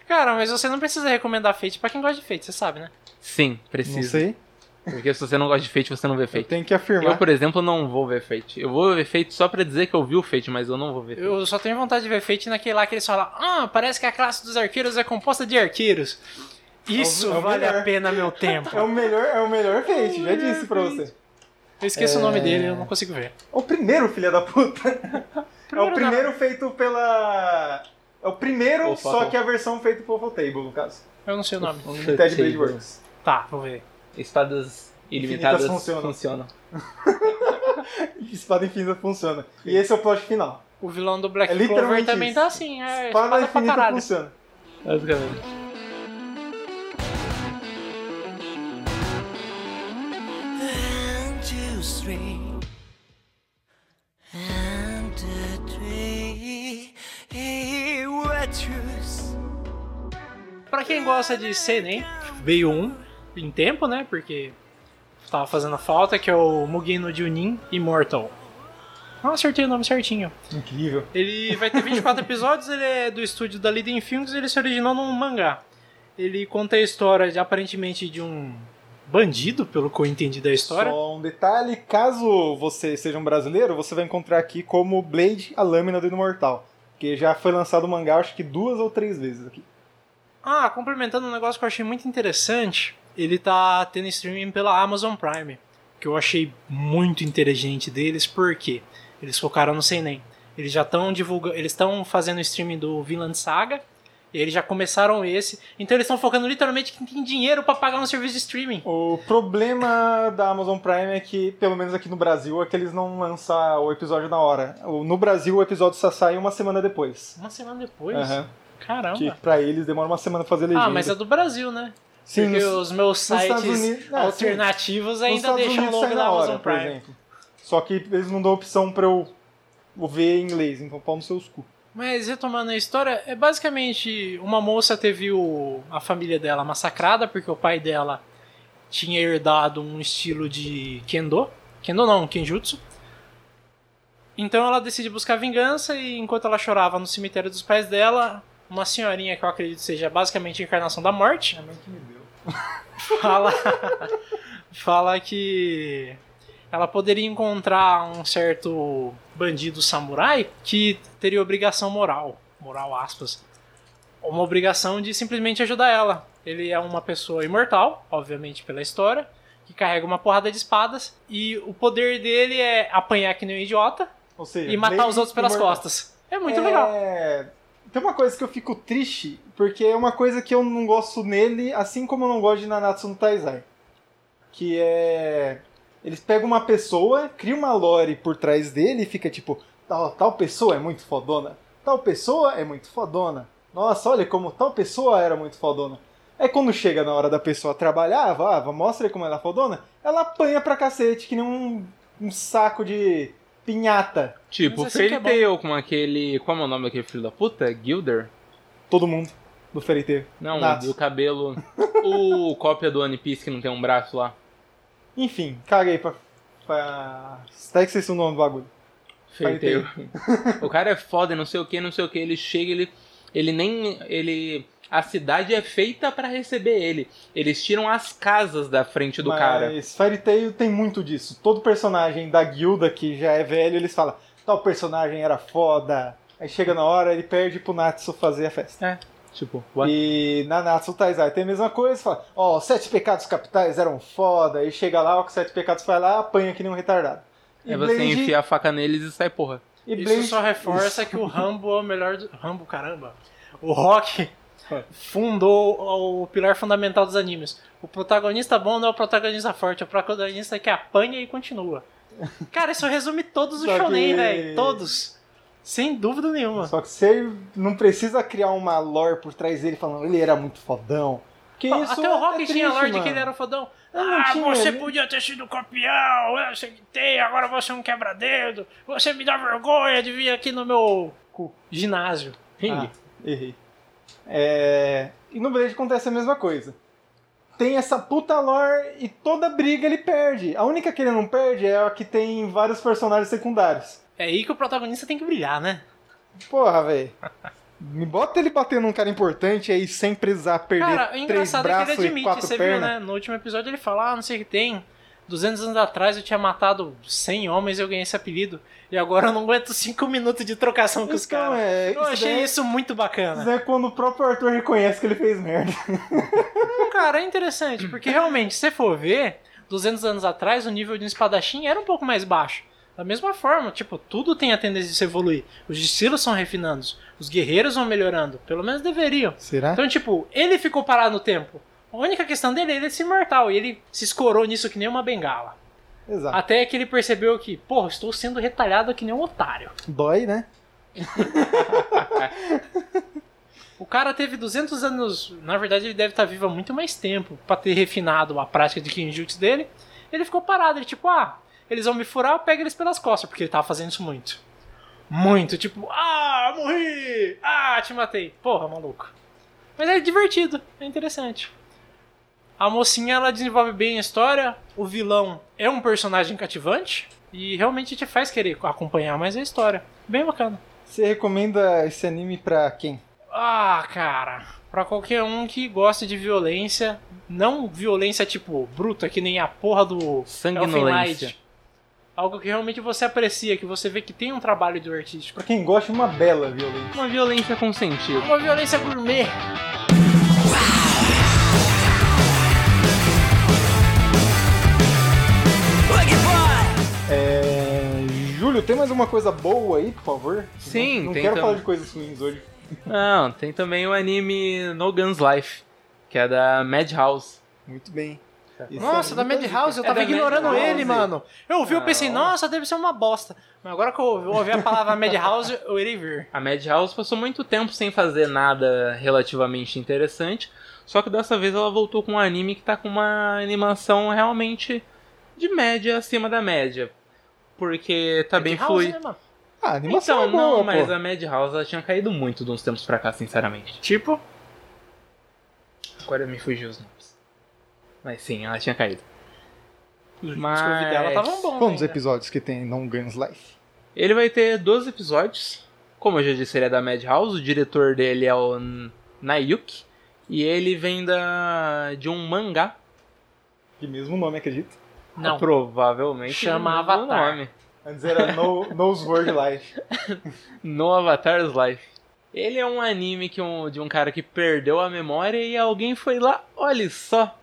Cara, mas você não precisa recomendar Fate pra quem gosta de Fate, você sabe, né? Sim, Não precisa. sei. Porque se você não gosta de Fate, você não vê Eu Fate. tenho que Eu, afirmar. por exemplo, não vou ver Fate. Eu vou ver Fate só pra dizer que eu vi o Fate, mas eu não vou ver Fate. Eu só tenho vontade de ver Fate naquele lá que eles falam Ah, parece que a classe dos arqueiros é composta de arqueiros. Isso É o- é o vale melhor. a pena meu tempo. É o melhor, é o melhor Fate, já melhor disse pra Fate. você. Eu esqueço o nome dele, eu não consigo ver. É o primeiro, filha da puta. é o Primeiro primeiro feito pela. É o primeiro, Opa, só bom. que a versão feita pelo Table, no caso. Um Eu não sei o nome. Ted Blade Works. Tá, vou ver. Espadas Infinitas ilimitadas funcionam. funcionam. Espada infinita funciona. E esse é o plot final. O vilão do Black É Clover literalmente também isso. tá assim, Espada é espada, pra infinita caralho. funciona. Basicamente. And two, three. And a three. Hey, what truth? Pra quem gosta de Senen, veio um em tempo, né? Porque tava fazendo falta, que é o Mugen no Junin Immortal. Não acertei o nome certinho. Incrível. Ele vai ter 24 episódios, ele é do estúdio da Liden Films e ele se originou num mangá. Ele conta a história, de, aparentemente, de um bandido, pelo que eu entendi da história. Só um detalhe: caso você seja um brasileiro, você vai encontrar aqui como Blade, a lâmina do Imortal. Que já foi lançado o mangá, acho que duas ou três vezes aqui. Ah, complementando um negócio que eu achei muito interessante, ele tá tendo streaming pela Amazon Prime, que eu achei muito inteligente deles, porque eles focaram no nem. Eles já estão divulgando, eles estão fazendo streaming do Vinland Saga, e eles já começaram esse, então eles estão focando literalmente quem tem dinheiro pra pagar um serviço de streaming. O problema da Amazon Prime é que, pelo menos aqui no Brasil, é que eles não lançam o episódio na hora. O- No Brasil, o episódio só sai uma semana depois. Uma semana depois? Aham. Caramba. Que pra eles demora uma semana fazer legenda. Ah, mas é do Brasil, né? Sim, Porque nos- os meus Estados sites Unidos- ah, alternativos nos ainda Estados deixam o Unidos nome sai da na hora, Amazon por Prime. exemplo. Só que eles não dão opção pra eu eu ver em inglês, então pau nos seus cu. Mas retomando a história, é basicamente uma moça teve o- a família dela massacrada porque o pai dela tinha herdado um estilo de kendo, kendo não, kenjutsu. Então ela decide buscar vingança e enquanto ela chorava no cemitério dos pais dela, uma senhorinha que eu acredito seja basicamente a encarnação da morte, fala fala que ela poderia encontrar um certo bandido samurai que teria obrigação moral, moral aspas, uma obrigação de simplesmente ajudar ela. Ele é uma pessoa imortal, obviamente pela história, que carrega uma porrada de espadas e o poder dele é apanhar que nem um idiota Ou seja, e matar Blade os outros pelas Immortal. costas. É muito É, legal. Tem uma coisa que eu fico triste, porque é uma coisa que eu não gosto nele, assim como eu não gosto de Nanatsu no Taizai. Que é. Eles pegam uma pessoa, criam uma lore por trás dele e fica tipo: tal, tal pessoa é muito fodona, tal pessoa é muito fodona. Nossa, olha como tal pessoa era muito fodona. Aí quando chega na hora da pessoa trabalhar, "Ah, vá, vá, mostra aí como ela é fodona, ela apanha pra cacete, que nem um, um saco de pinhata. Tipo, Mas assim Fairy que é bom. Tail com aquele. Como é o nome daquele filho da puta? Gilder? Todo mundo do Fairy Tail. Não, Natsu. o cabelo. o cópia do One Piece que não tem um braço lá. Enfim, caguei pra Fa... Até que vocês são o nome do bagulho. Fairy Tail. o cara é foda, e não sei o que, não sei o que. Ele chega, ele. Ele nem. Ele. A cidade é feita pra receber ele. Eles tiram as casas da frente do Mas cara. Fairy Tail tem muito disso. Todo personagem da guilda que já é velho, eles falam: tal personagem era foda. Aí chega na hora, ele perde pro Natsu fazer a festa. Tipo, what? E na Natsu Taizai tem a mesma coisa, fala, ó, os sete pecados capitais eram foda, e chega lá, ó, que os sete pecados vai lá, apanha que nem um retardado. E Aí É você Blade- enfia a faca neles e sai porra. e Isso Blade- só reforça que o Rambo é o melhor do... Rambo, caramba. O Rock É. fundou o pilar fundamental dos animes. O protagonista bom não é o protagonista forte, é o protagonista que apanha e continua. Cara, isso resume todos os Só que- shonen, velho. Todos. Sem dúvida nenhuma. Só que você não precisa criar uma lore por trás dele falando, ele era muito fodão. Que isso Até o é Rock triste, tinha lore de mano. que ele era fodão. Ele não ah, tinha, você ele- podia ter sido campeão, eu sei que tem, agora você é um quebra-dedo, você me dá vergonha de vir aqui no meu cu- ginásio. Ringue. Ah, um errei. É, E no Blade acontece a mesma coisa. Tem essa puta lore e toda briga ele perde. A única que ele não perde é a que tem vários personagens secundários. É aí que o protagonista tem que brilhar, né? Porra, velho. Me bota ele batendo num cara importante aí sem precisar perder Cara, o três engraçado é que braços ele e admite, quatro você viu, pernas. né? No último episódio ele fala, ah, não sei o que tem, 200 anos atrás eu tinha matado 100 homens e eu ganhei esse apelido, e agora eu não aguento 5 minutos de trocação com os Então, caras. é, eu isso achei daí- isso muito Mas bacana. é quando o próprio Arthur reconhece que ele fez merda. Não, cara, é interessante, porque realmente, se você for ver, 200 anos atrás o nível de um espadachim era um pouco mais baixo. Da mesma forma, tipo, tudo tem a tendência de se evoluir. Os estilos são refinando, os guerreiros vão melhorando, pelo menos deveriam. Será? Então, tipo, ele ficou parado no tempo. A única questão dele é ele ser imortal. E ele se escorou nisso que nem uma bengala. Exato. Até que ele percebeu que, porra, estou sendo retalhado que nem um otário. Dói, né? O cara teve 200 anos. Na verdade, ele deve estar vivo há muito mais tempo pra ter refinado a prática de Kinjutsu dele. Ele ficou parado. Ele, tipo, ah, eles vão me furar, eu pego eles pelas costas. Porque ele tava fazendo isso muito. Muito. Tipo, ah, morri! Ah, te matei. Porra, maluco. Mas é divertido, é interessante. A mocinha ela desenvolve bem a história, o vilão é um personagem cativante e realmente te faz querer acompanhar mais a história. Bem bacana. Você recomenda esse anime pra quem? Ah, cara, pra qualquer um que goste de violência, não violência tipo bruta, que nem a porra do Elfen Sanguinolência. Light. Algo que realmente você aprecia, que você vê que tem um trabalho do artístico. Pra quem gosta de uma bela violência. Uma violência com sentido. Uma violência gourmet. É... Júlio, tem mais uma coisa boa aí, por favor? Sim, Não, não tem quero também. então. falar de coisas ruins hoje. Não, tem também o anime No Guns Life, que é da Madhouse. Muito bem. Isso nossa, é da muita Madhouse, eu dica. É tava da ignorando Madhouse. ele, mano. Eu ouvi, eu Não. pensei, nossa, deve ser uma bosta. Mas agora que eu ouvi- ouvi a palavra Madhouse, eu irei ver. A Madhouse passou muito tempo sem fazer nada relativamente interessante, só que dessa vez ela voltou com um anime que tá com uma animação realmente de média acima da média. Porque tá bem Madhouse, fluido. né, mano? Ah, a animação então, é boa, não, mas pô. a Madhouse ela tinha caído muito de uns tempos pra cá, sinceramente. Tipo, Agora me fugiu os nomes. Mas sim, ela tinha caído. os Mas- convidados dela estavam né? bons. Quantos ainda. episódios que tem No Guns Life? Ele vai ter 12 episódios. Como eu já disse, ele é da Madhouse. O diretor dele é o N- Nayuki. E ele vem da, de um mangá. Que mesmo nome, acredito. Não. Provavelmente. Chama do mesmo é Avatar. Nome. Antes era no, Nose World Life. No Avatar's Life. Ele é um anime que um, de um cara que perdeu a memória e alguém foi lá. Olha só.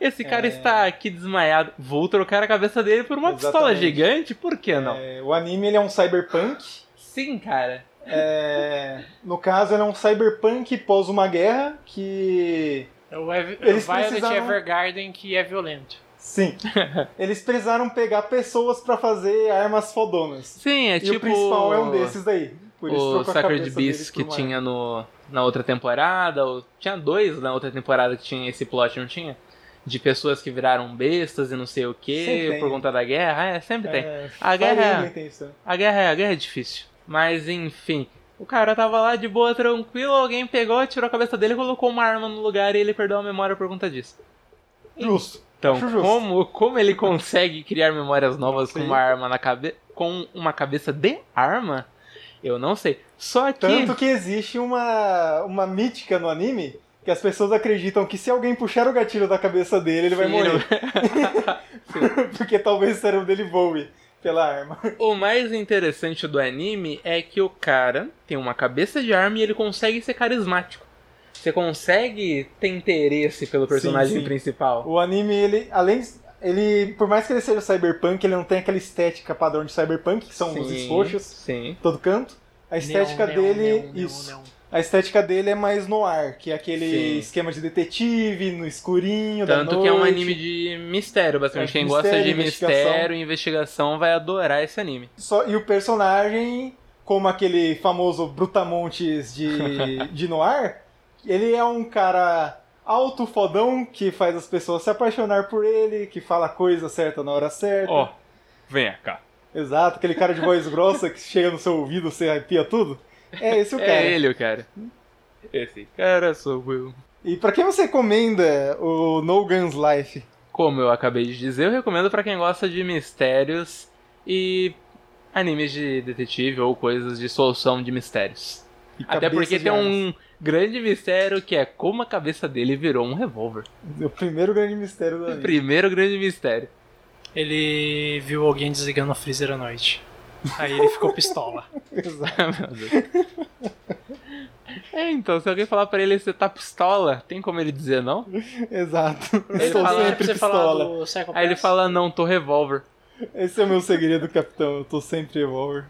Esse cara É. está aqui desmaiado. Vou trocar a cabeça dele por uma pistola Exatamente. gigante? Por que não? É, o anime ele é um cyberpunk. Sim, cara. É, no caso, ele é um cyberpunk pós uma guerra que É O Ev- o Eles Violet precisavam- Evergarden que é violento. Sim. Eles precisaram pegar pessoas pra fazer armas fodonas. Sim, é e tipo. o principal é um desses daí. Por isso o trocou a Sacred cabeça deles Beast por que uma tinha no, na outra temporada, ou, tinha dois na outra temporada que tinha esse plot, não tinha? De pessoas que viraram bestas e não sei o Sempre que tem. por conta da guerra, é, sempre arma. tem. É, A guerra, Fire Emblem tem isso também. a guerra, é- a guerra é difícil. Mas enfim, o cara tava lá de boa, tranquilo, alguém pegou, tirou a cabeça dele, colocou uma arma no lugar e ele perdeu a memória por conta disso. Justo. Então, Acho justo. como, como ele consegue criar memórias novas com uma arma na cabeça. com uma cabeça de arma? Eu não sei. Só que. Tanto que existe uma, uma mítica no anime que as pessoas acreditam que se alguém puxar o gatilho da cabeça dele, ele vai Sim, morrer. Porque talvez o cérebro dele voe pela arma. O mais interessante do anime é que o cara tem uma cabeça de arma e ele consegue ser carismático. Você consegue ter interesse pelo personagem sim. principal. O anime, ele, além de, ele, por mais que ele seja cyberpunk, ele não tem aquela estética padrão de cyberpunk, que são os Sim, esforços, Sim. todo canto. A estética Neon, neon, dele, neon, neon, isso. neon. A estética dele é mais noir, que é aquele Sim. esquema de detetive, no escurinho, da Tanto que é um noite. anime de mistério, basicamente. É, Quem mistério, gosta de investigação. mistério e investigação vai adorar esse anime. Só- e o personagem, como aquele famoso Brutamontes de, de Noir, ele é um cara alto, fodão, que faz as pessoas se apaixonar por ele, que fala a coisa certa na hora certa. Ó, venha cá. Exato, aquele cara de voz grossa que chega no seu ouvido, você arrepia tudo. É esse o cara. É ele o cara. Esse cara sou eu. E pra quem você recomenda o No Guns Life? Como eu acabei de dizer, eu recomendo pra quem gosta de mistérios e animes de detetive ou coisas de solução de mistérios. E Até Cabeça porque de tem Armas? um grande mistério que é como a cabeça dele virou um revólver. O primeiro grande mistério do anime. Primeiro grande mistério. Ele viu alguém desligando o freezer à noite. Aí ele ficou pistola. Exato. Meu Deus. É, então, se alguém falar pra ele você tá pistola, tem como ele dizer não? Exato. Ele Estou fala- sempre pistola. do Psycho Aí ele Pass? fala, não, tô revólver. Esse é o meu segredo, capitão. Eu tô sempre revólver.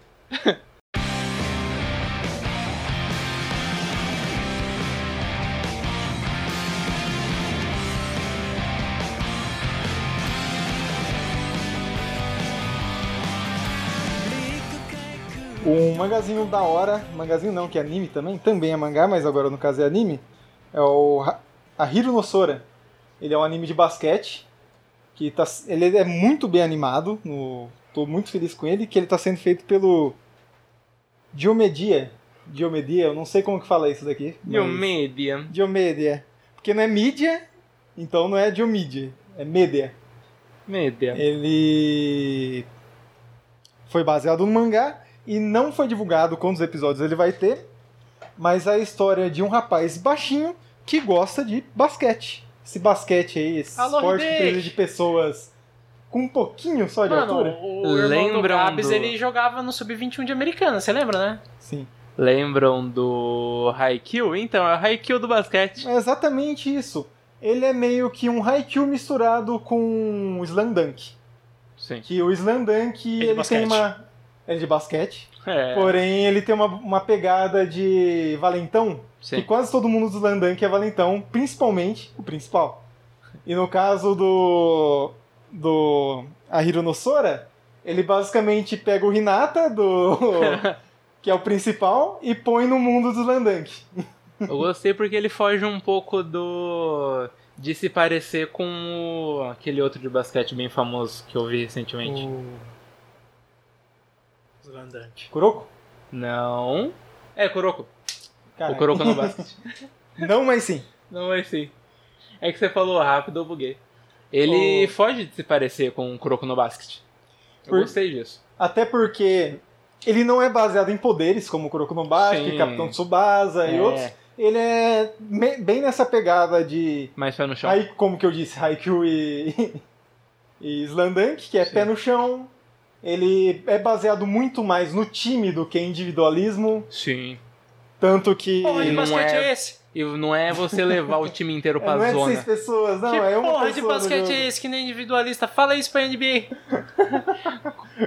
Um mangazinho da hora, mangazinho não, que é anime também, também é mangá, mas agora no caso é anime, é o Ha- Ahiro no Sora. Ele é um anime de basquete, que tá, ele é muito bem animado, no, tô muito feliz com ele, que ele tá sendo feito pelo Diomedia. Diomedia, eu não sei como que fala isso daqui. mas- E o Medium. Diomedia. Porque não é mídia, então não é Diomedia, é Media. Medium. Ele foi baseado no mangá e não foi divulgado quantos episódios ele vai ter, mas a história de um rapaz baixinho que gosta de basquete. Esse basquete aí, esse Alô, esporte que Hideki! precisa de pessoas com um pouquinho só de Mano, altura. o irmão do Lembram Gabs, do- ele jogava no Sub-21 de Americana, você lembra, né? Sim. Lembram do Haikyuu? Então, é o Haikyuu do basquete. É exatamente isso. Ele é meio que um Haikyuu misturado com um Slam Dunk. Sim. Que o Slam Dunk, É de ele tem basquete. uma... É de basquete. É, Porém, ele tem uma, uma pegada de valentão, E sim. quase todo mundo do Landan que é valentão, principalmente o principal. E no caso do. do. Ahiro Nossora, ele basicamente pega o Hinata, do. que é o principal, e põe no mundo do Landank. Eu gostei porque ele foge um pouco do. de se parecer com o... aquele outro de basquete bem famoso que eu vi Hum. recentemente. O... Zlandante. Kuroko? Não. É, Kuroko. Caralho. O Kuroko no basquete. Não, mas sim. Não é sim. É que você falou rápido, eu buguei. Ele O- foge de se parecer com o Kuroko no basquete. Oh. Eu Por- gostei disso. Até porque ele não é baseado em poderes, como o Kuroko no Basque, Sim. Capitão Tsubasa e É, outros. Ele é me- bem nessa pegada de Mas foi no chão. Aí, como que eu disse, Haikyuu e, e Slandank, que é Sim. pé no chão. Ele é baseado muito mais no time do que em individualismo. Sim. Tanto que. Porra de não basquete é- é esse? E não é você levar o time inteiro é, pra não é de zona. seis pessoas, não, que é uma porra pessoa. de no basquete jogo. é esse que nem individualista? Fala isso pra NBA.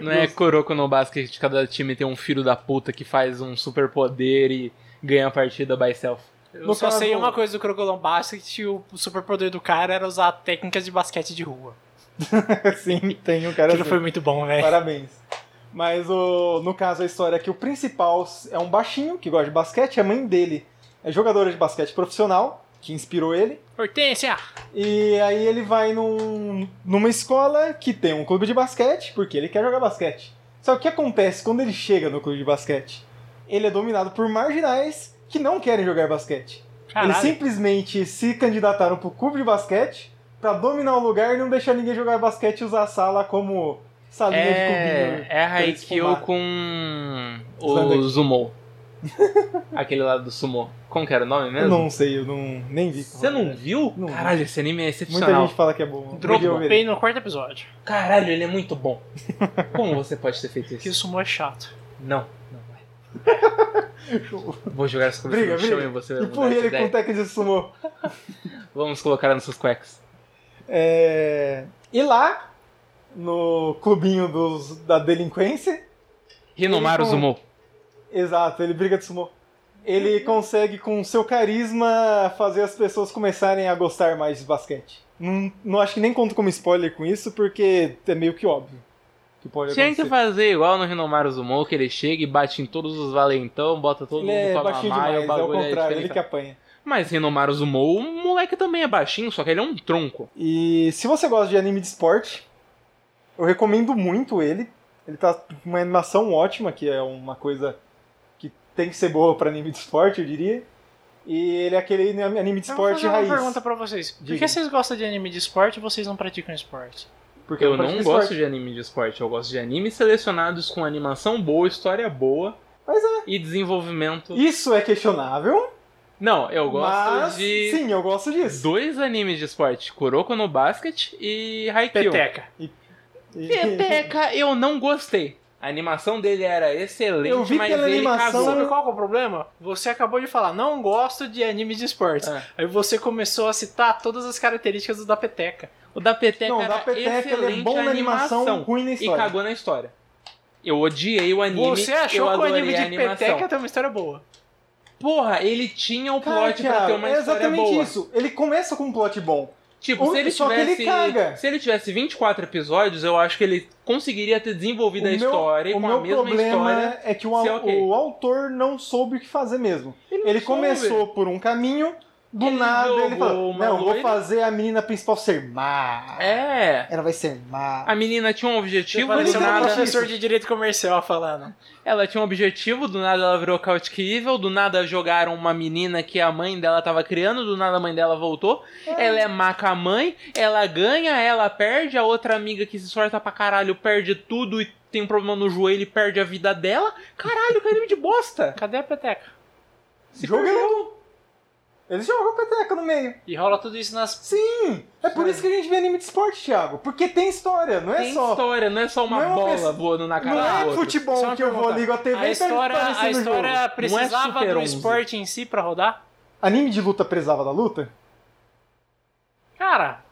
Não é Kuroko no basquete, cada time tem um filho da puta que faz um super poder e ganha a partida by self. Eu No só caso- sei uma coisa do Crocolão Basket, o superpoder do cara era usar técnicas de basquete de rua. é Sim, tem um cara. Aquilo assim. foi muito bom, velho. Parabéns. Mas o, no caso a história é que o principal é um baixinho que gosta de basquete, a mãe dele é jogadora de basquete profissional, que inspirou ele. Hortência! E aí ele vai num- numa escola que tem um clube de basquete, porque ele quer jogar basquete. Só que o que acontece quando ele chega no clube de basquete? Ele é dominado por marginais que não querem jogar basquete. Caralho. Eles simplesmente se candidataram pro clube de basquete pra dominar o lugar e não deixar ninguém jogar basquete e usar a sala como salinha de É, cubinho. né? é pra eles Haikyuu fumar. com Sabe? o Sumo. Aquele lado do Sumo. Como que era o nome Eu mesmo? não sei, eu não, nem vi. Você não viu? Não vi. Caralho, esse anime é Muita excepcional. gente fala que é bom. Eu Dropei verei. no quarto episódio. Caralho, ele é muito bom. Como você pode ter feito Que isso? o sumô é chato. Não, não vai. Vou jogar essa conversa Briga, no chão briga. e você vai mudar Empurrei essa ele com ideia. técnica de sumô. Vamos colocar ela nos seus cuecas. É, E lá, no clubinho dos, da delinquência, Rinomaru com- Zumo. exato, ele briga de sumô. Ele Uhum. consegue, com seu carisma, fazer as pessoas começarem a gostar mais de basquete. Não, não acho que nem conto como spoiler com isso, porque é meio que óbvio. Que pode Tinha que acontecer. fazer igual no Rinomaru Zumo, que ele chega e bate em todos os valentão, bota todo Ele mundo é pra baixinho mamar e demais, o é o bagulho é contrário, ele diferente. que apanha. Mas Rinomaru Zumo, o moleque também é baixinho, só que ele é um tronco. E se você gosta de anime de esporte, eu recomendo muito ele. Ele tá com uma animação ótima, que é uma coisa que tem que ser boa pra anime de esporte, eu diria. E ele é aquele anime de Eu vou esporte fazer uma raiz. pergunta pra vocês. Por Diga. que vocês gostam de anime de esporte e vocês não praticam esporte? Porque é um Eu pratico não esporte. gosto de anime de esporte, eu gosto de animes selecionados com animação boa, história boa Mas é. e desenvolvimento. Isso é questionável, Não, eu gosto mas de sim, eu gosto disso. dois animes de esporte, Kuroko no Basket e Haikyuu. Peteca. E- Peteca, eu não gostei. A animação dele era excelente, Eu vi mas pela ele animação- cagou. Sabe qual que é o problema? Você acabou de falar, não gosto de anime de esportes. Ah. Aí você começou a citar todas as características da peteca. O da Peteca Não, era da peteca excelente ele é bom na animação, ruim na e história. cagou na história. Eu odiei o anime. você eu achou que o anime adorei a de animação. peteca tem uma história boa. Porra, ele tinha o Cara, plot pra ter uma é história exatamente boa. isso. Ele começa com um plot bom. Tipo, Ou- se ele só que ele tivesse. caga. Se ele tivesse 24 episódios, eu acho que ele conseguiria ter desenvolvido O a meu- história e o com meu a mesma problema história. é que o, au- ser ok. o autor não soube o que fazer mesmo. não é Ele soube. começou por um caminho, do Ele nada ele jogou falou: uma Não, vou loira." fazer a menina principal ser má. É. Ela vai ser má. A menina tinha um Você objetivo, do Pareceu ele um nada- professor de direito comercial falando. Ela tinha um objetivo, do nada ela virou Chaotic Evil, do nada jogaram uma menina que a mãe dela tava criando, do nada a mãe dela voltou. Ela é má com a mãe, ela ganha, ela perde, a outra amiga que se sorta pra caralho perde tudo e tem um problema no joelho e perde a vida dela. Caralho, que anime de bosta! Cadê a peteca? Se Jogo é perdeu. Eles jogam peteca no meio. E rola tudo isso nas. Sim! É por isso que a gente vê anime de esporte, Thiago. Porque tem história, não é Tem só. história, não é só uma não é uma bola pessoa- voando na cara Não da é outra. futebol Só uma que eu vou pergunta. ligo a TV A e tá história, perde a é história precisava Super do 11. esporte em si pra rodar? Anime de luta precisava da luta? Cara,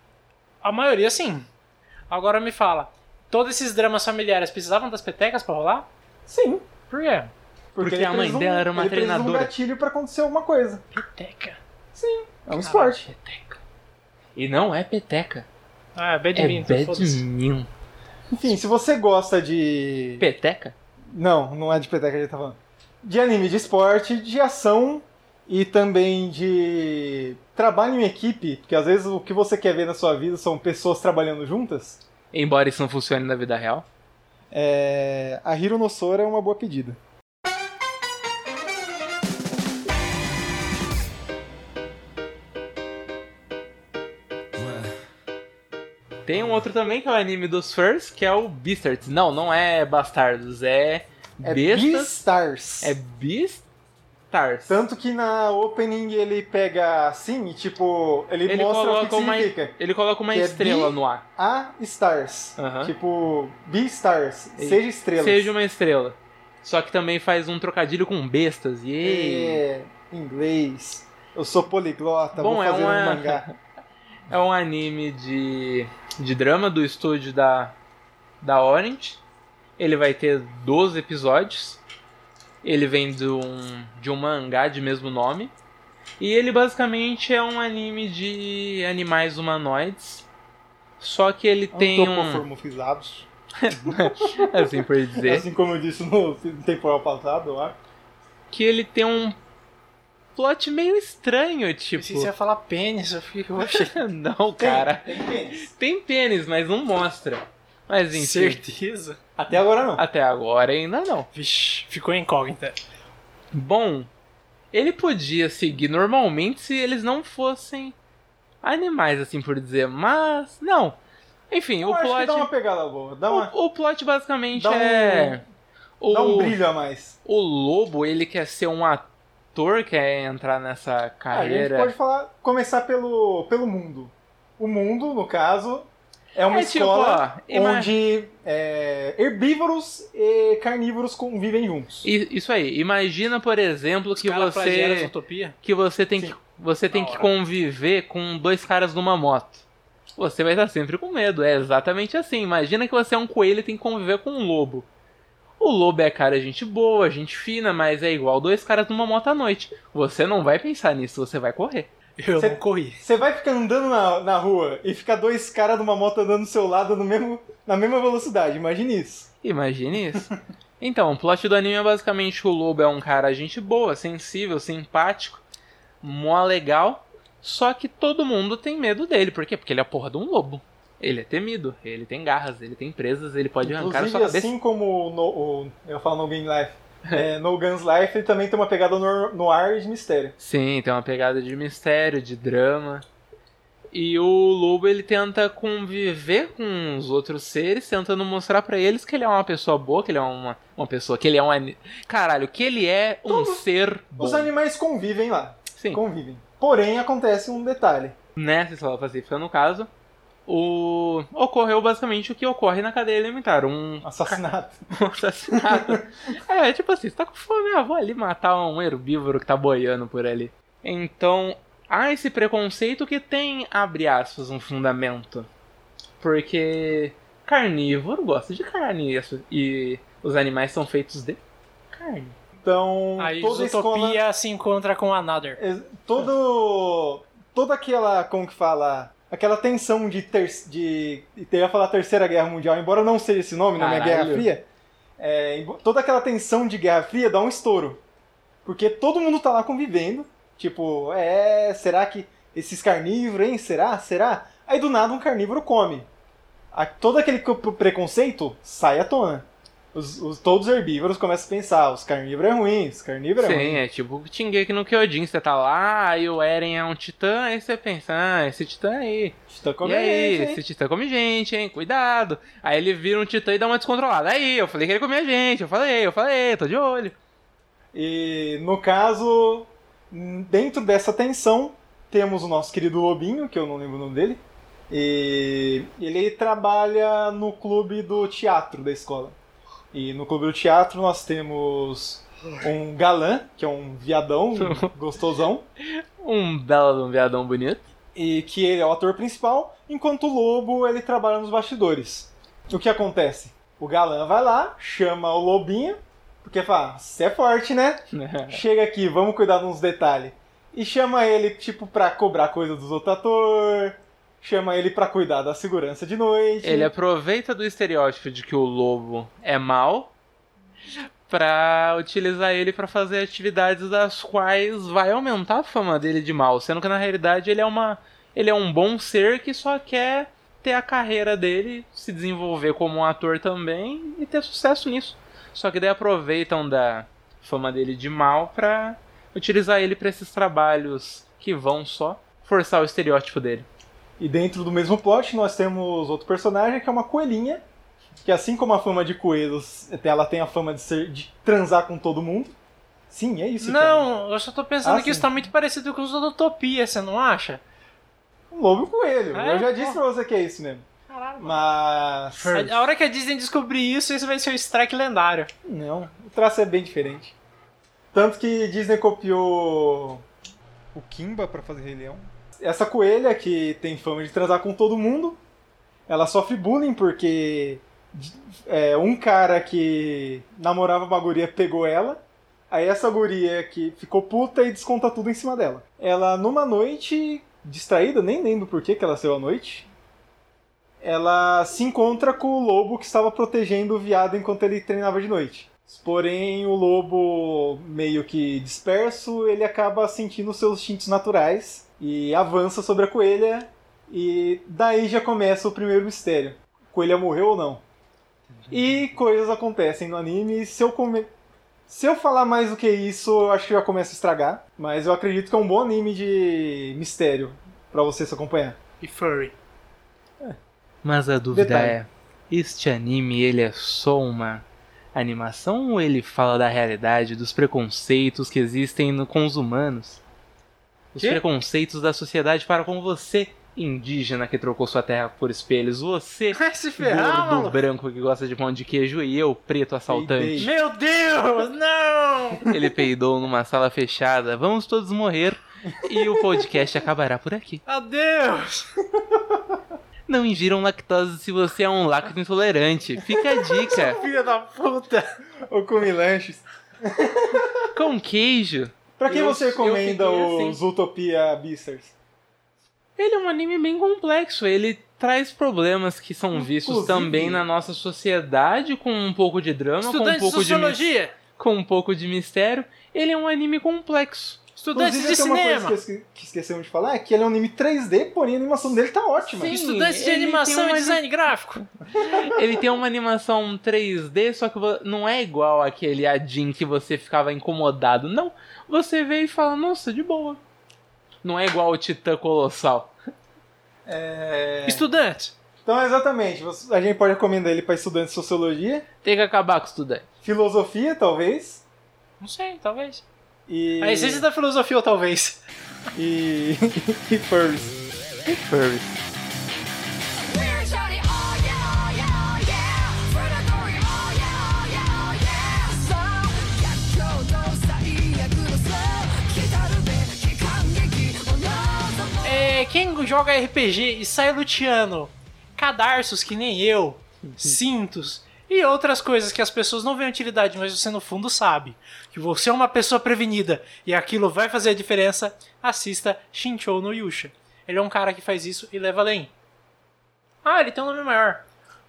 a maioria sim. Agora me fala, todos esses dramas familiares precisavam das petecas pra rolar? Sim. Por quê? Porque ele a mãe precisa de um- dela era uma ele precisa de treinadora. um gatilho pra acontecer alguma coisa. Peteca. Sim, é um esporte. Caralho, peteca. E não é peteca, Ah, é é badminton. foda-se. badminton. Enfim, se você gosta de. Peteca? Não, não é de peteca que a gente tá falando. De anime de esporte, de ação e também de trabalho em equipe, porque às vezes o que você quer ver na sua vida são pessoas trabalhando juntas. Embora isso não funcione na vida real. É... A Hiro no Sora é uma boa pedida. Tem um outro também que é o anime dos Furs, que é o Beastards. Não, não é Bastardos, é, É Bestas. Beastars. É Beastars. Tanto que na opening ele pega assim e tipo, ele, Ele mostra o que, coloca que uma- significa. Ele coloca uma Que é estrela bi- no ar. A Stars. Aham. Tipo, B Stars. E- Seja estrelas. Seja uma estrela. Só que também faz um trocadilho com bestas. E É, inglês. Eu sou poliglota, Bom, vou é fazer um uma- mangá. é um anime de, de drama do estúdio da, da Orange. Ele vai ter 12 episódios. Ele vem de um, de um mangá de mesmo nome. E ele basicamente é um anime de animais humanoides. Só que ele tem um. Antropomorfizados. Assim por dizer. Assim como eu disse no temporal passado, eu acho. Que ele tem um plot meio estranho, tipo. Se você ia falar pênis, eu fiquei. Oxe, Não, Tem, cara. tem pênis. Tem pênis, mas não mostra. Mas enfim, certeza. Até agora não. até agora ainda não. Vixe, ficou incógnita. Bom, ele podia seguir normalmente se eles não fossem animais, assim por dizer, mas não. Enfim, Eu o acho que plot. dá uma pegada boa. Dá, uma, O, o plot basicamente Dá um- é. O, dá um brilho a mais. o lobo, ele quer ser um ator, quer entrar nessa Ah, a gente carreira. pode falar, começar pelo, pelo mundo. O mundo, no caso, é uma É tipo, escola ó, ima- onde é, herbívoros e carnívoros convivem juntos. I- Isso aí. Imagina, por exemplo, que Cara plagiaram você. Zootopia. que você tem Sim. que você tem Da que hora. conviver com dois caras numa moto. Você vai estar sempre com medo. É exatamente assim. Imagina que você é um coelho e tem que conviver com um lobo. O lobo é cara gente boa, gente fina, mas é igual dois caras numa moto à noite. Você não vai pensar nisso, você vai correr. Eu Cê- não corri. Você vai ficar andando na, na rua e ficar dois caras numa moto andando do seu lado no mesmo, na mesma velocidade. Imagine isso. Imagine isso. Então, o plot do anime é basicamente que o Lobo é um cara gente boa, sensível, simpático, mó legal, só que todo mundo tem medo dele. Por quê? Porque ele é a porra de um lobo. Ele é temido, ele tem garras, ele tem presas, ele pode arrancar a sua Inclusive, cabeça. assim como o no, o- eu falo no Game Life, é, No Guns Life, ele também tem uma pegada no, no ar e de mistério. Sim, tem uma pegada de mistério, de drama. E o lobo ele tenta conviver com os outros seres, tentando mostrar pra eles que ele é uma pessoa boa, que ele é uma, uma pessoa, que ele é um. ani- Caralho, que ele é um Todos- ser bom. Os animais convivem lá. Sim. Convivem. Porém, acontece um detalhe. nessa Estrela Pacífica, no caso, o... ocorreu basicamente o que ocorre na cadeia alimentar, um Assassinato. assassinato. é, tipo assim, você tá com fome, ah, vou ali matar um herbívoro que tá boiando por ali. Então, há esse preconceito que tem, abre aspas, um fundamento. Porque carnívoro gosta de carne e as- e os animais são feitos de carne. Então, Aí toda a Zootopia escola... se encontra com Another. é, Todo... Toda aquela, como que fala... Aquela tensão de, ter, de, de eu ia falar Terceira Guerra Mundial, embora não seja esse nome, não é Caralho. Guerra Fria. é, embo- toda aquela tensão de Guerra Fria dá um estouro. Porque todo mundo tá lá convivendo. Tipo, é, será que esses carnívoros, hein? Será? Será? Aí do nada um carnívoro come. A- todo aquele co- preconceito sai à tona. Os, os- todos os herbívoros começam a pensar, os carnívoros é ruim, os carnívoros é Sim, ruim. é tipo o Shingeki no Kyojin, você tá lá, aí o Eren é um titã, aí você pensa, ah, esse titã aí, Está e comendo, aí, hein? esse titã come gente, hein, cuidado. Aí ele vira um titã e dá uma descontrolada, aí, eu falei que ele comia gente, eu falei, eu falei, tô de olho. E no caso, n- dentro dessa tensão, temos o nosso querido Lobinho, que eu não lembro o nome dele. E ele trabalha no clube do teatro da escola. E no clube do teatro nós temos um galã, que é um viadão um gostosão, Um belo de um viadão bonito. e que ele é o ator principal, enquanto o lobo ele trabalha nos bastidores. O que acontece? O galã vai lá, chama o lobinho, porque fala: Você é forte, né? chega aqui, vamos cuidar de uns detalhes. E chama ele, tipo, pra cobrar coisa dos outros atores, chama ele pra cuidar da segurança de noite. é- ele aproveita do estereótipo de que o lobo é mau pra utilizar ele pra fazer atividades das quais vai aumentar a fama dele de mal, sendo que na realidade ele é uma ele é um bom ser que só quer ter a carreira dele, se desenvolver como um ator também e ter sucesso nisso. Só que daí aproveitam da fama dele de mal pra utilizar ele pra esses trabalhos que vão só forçar o estereótipo dele. E dentro do mesmo plot, nós temos outro personagem, que é uma coelhinha, que assim como a fama de coelhos, ela tem a fama de, ser, de transar com todo mundo. Sim, é isso. cara. Não, eu só tô pensando Ah, que isso sim. tá muito parecido com Zootopia, você não acha? Um lobo e um coelho. É, Eu já pô. disse pra você que é isso mesmo. Caralho, Mas... A, a hora que a Disney descobrir isso, isso vai ser o strike lendário. Não, o traço é bem diferente. Tanto que Disney copiou o Kimba para fazer Rei Leão. Essa coelha que tem fama de transar com todo mundo, ela sofre bullying porque é, um cara que namorava uma guria pegou ela. Aí essa guria que ficou puta e desconta tudo em cima dela. Ela numa noite distraída, nem lembro por que que ela saiu à noite. Ela se encontra com o lobo que estava protegendo o viado enquanto ele treinava de noite. Porém, o lobo, meio que disperso, ele acaba sentindo seus instintos naturais e avança sobre a coelha. E daí já começa o primeiro mistério: coelha morreu ou não? E coisas acontecem no anime. e Se eu, come- se eu falar mais do que isso, eu acho que já começa a estragar. Mas eu acredito que é um bom anime de mistério. pra você se acompanhar. E Furry. Mas a dúvida Detalhe. é, este anime ele é só uma animação ou ele fala da realidade, dos preconceitos que existem no- com os humanos? Os Quê? preconceitos da sociedade para com você, indígena que trocou sua terra por espelhos, você, Vai se ferrar, gordo maluco. branco que gosta de pão de queijo e eu, preto assaltante. Peidei. Meu Deus, não! Ele peidou numa sala fechada. Vamos todos morrer e o podcast acabará por aqui. Adeus! Não ingiram lactose se você é um lacto intolerante. Fica a dica. Filha da puta! Ou comi lanches. Com queijo. Pra quem Eu- você eu recomenda fiquei assim. os Utopia Beasters? Ele é um anime bem complexo. Ele traz problemas que são vistos Inclusive- também na nossa sociedade, com um pouco de drama, com um Estudante de pouco de, mis- sociologia! com um pouco de mistério. Ele é um anime complexo. Estudante Inclusive, de que é uma cinema! coisa que, eu esque- que esquecemos de falar é que ele é um anime 3D, porém a animação dele tá ótima. Sim. Estudante de ele tem animação e uma- design gráfico! Ele tem uma animação 3D, só que vo- não é igual aquele Adin que você ficava incomodado. Não, você vê e fala, nossa, de boa. Não é igual o Titã Colossal. Estudante! Então, exatamente, você- a gente pode recomendar ele pra estudantes de sociologia, Tem que acabar com o estudante. filosofia, talvez, Não sei, talvez. e. A essência da filosofia, ou talvez. E. e Furs. We're shouting, oh yeah, oh yeah, oh yeah. Further glory, oh yeah, oh yeah, oh yeah. So, 逆境と最悪のスロー来たるべき感激を望もう É, quem joga RPG e sai luteando cadarços que nem eu, cintos e outras coisas que as pessoas não veem utilidade, mas você no fundo sabe que você é uma pessoa prevenida e aquilo vai fazer a diferença, assista Shinchou no Yusha. Ele é um cara que faz isso e leva além. Ah, ele tem um nome maior.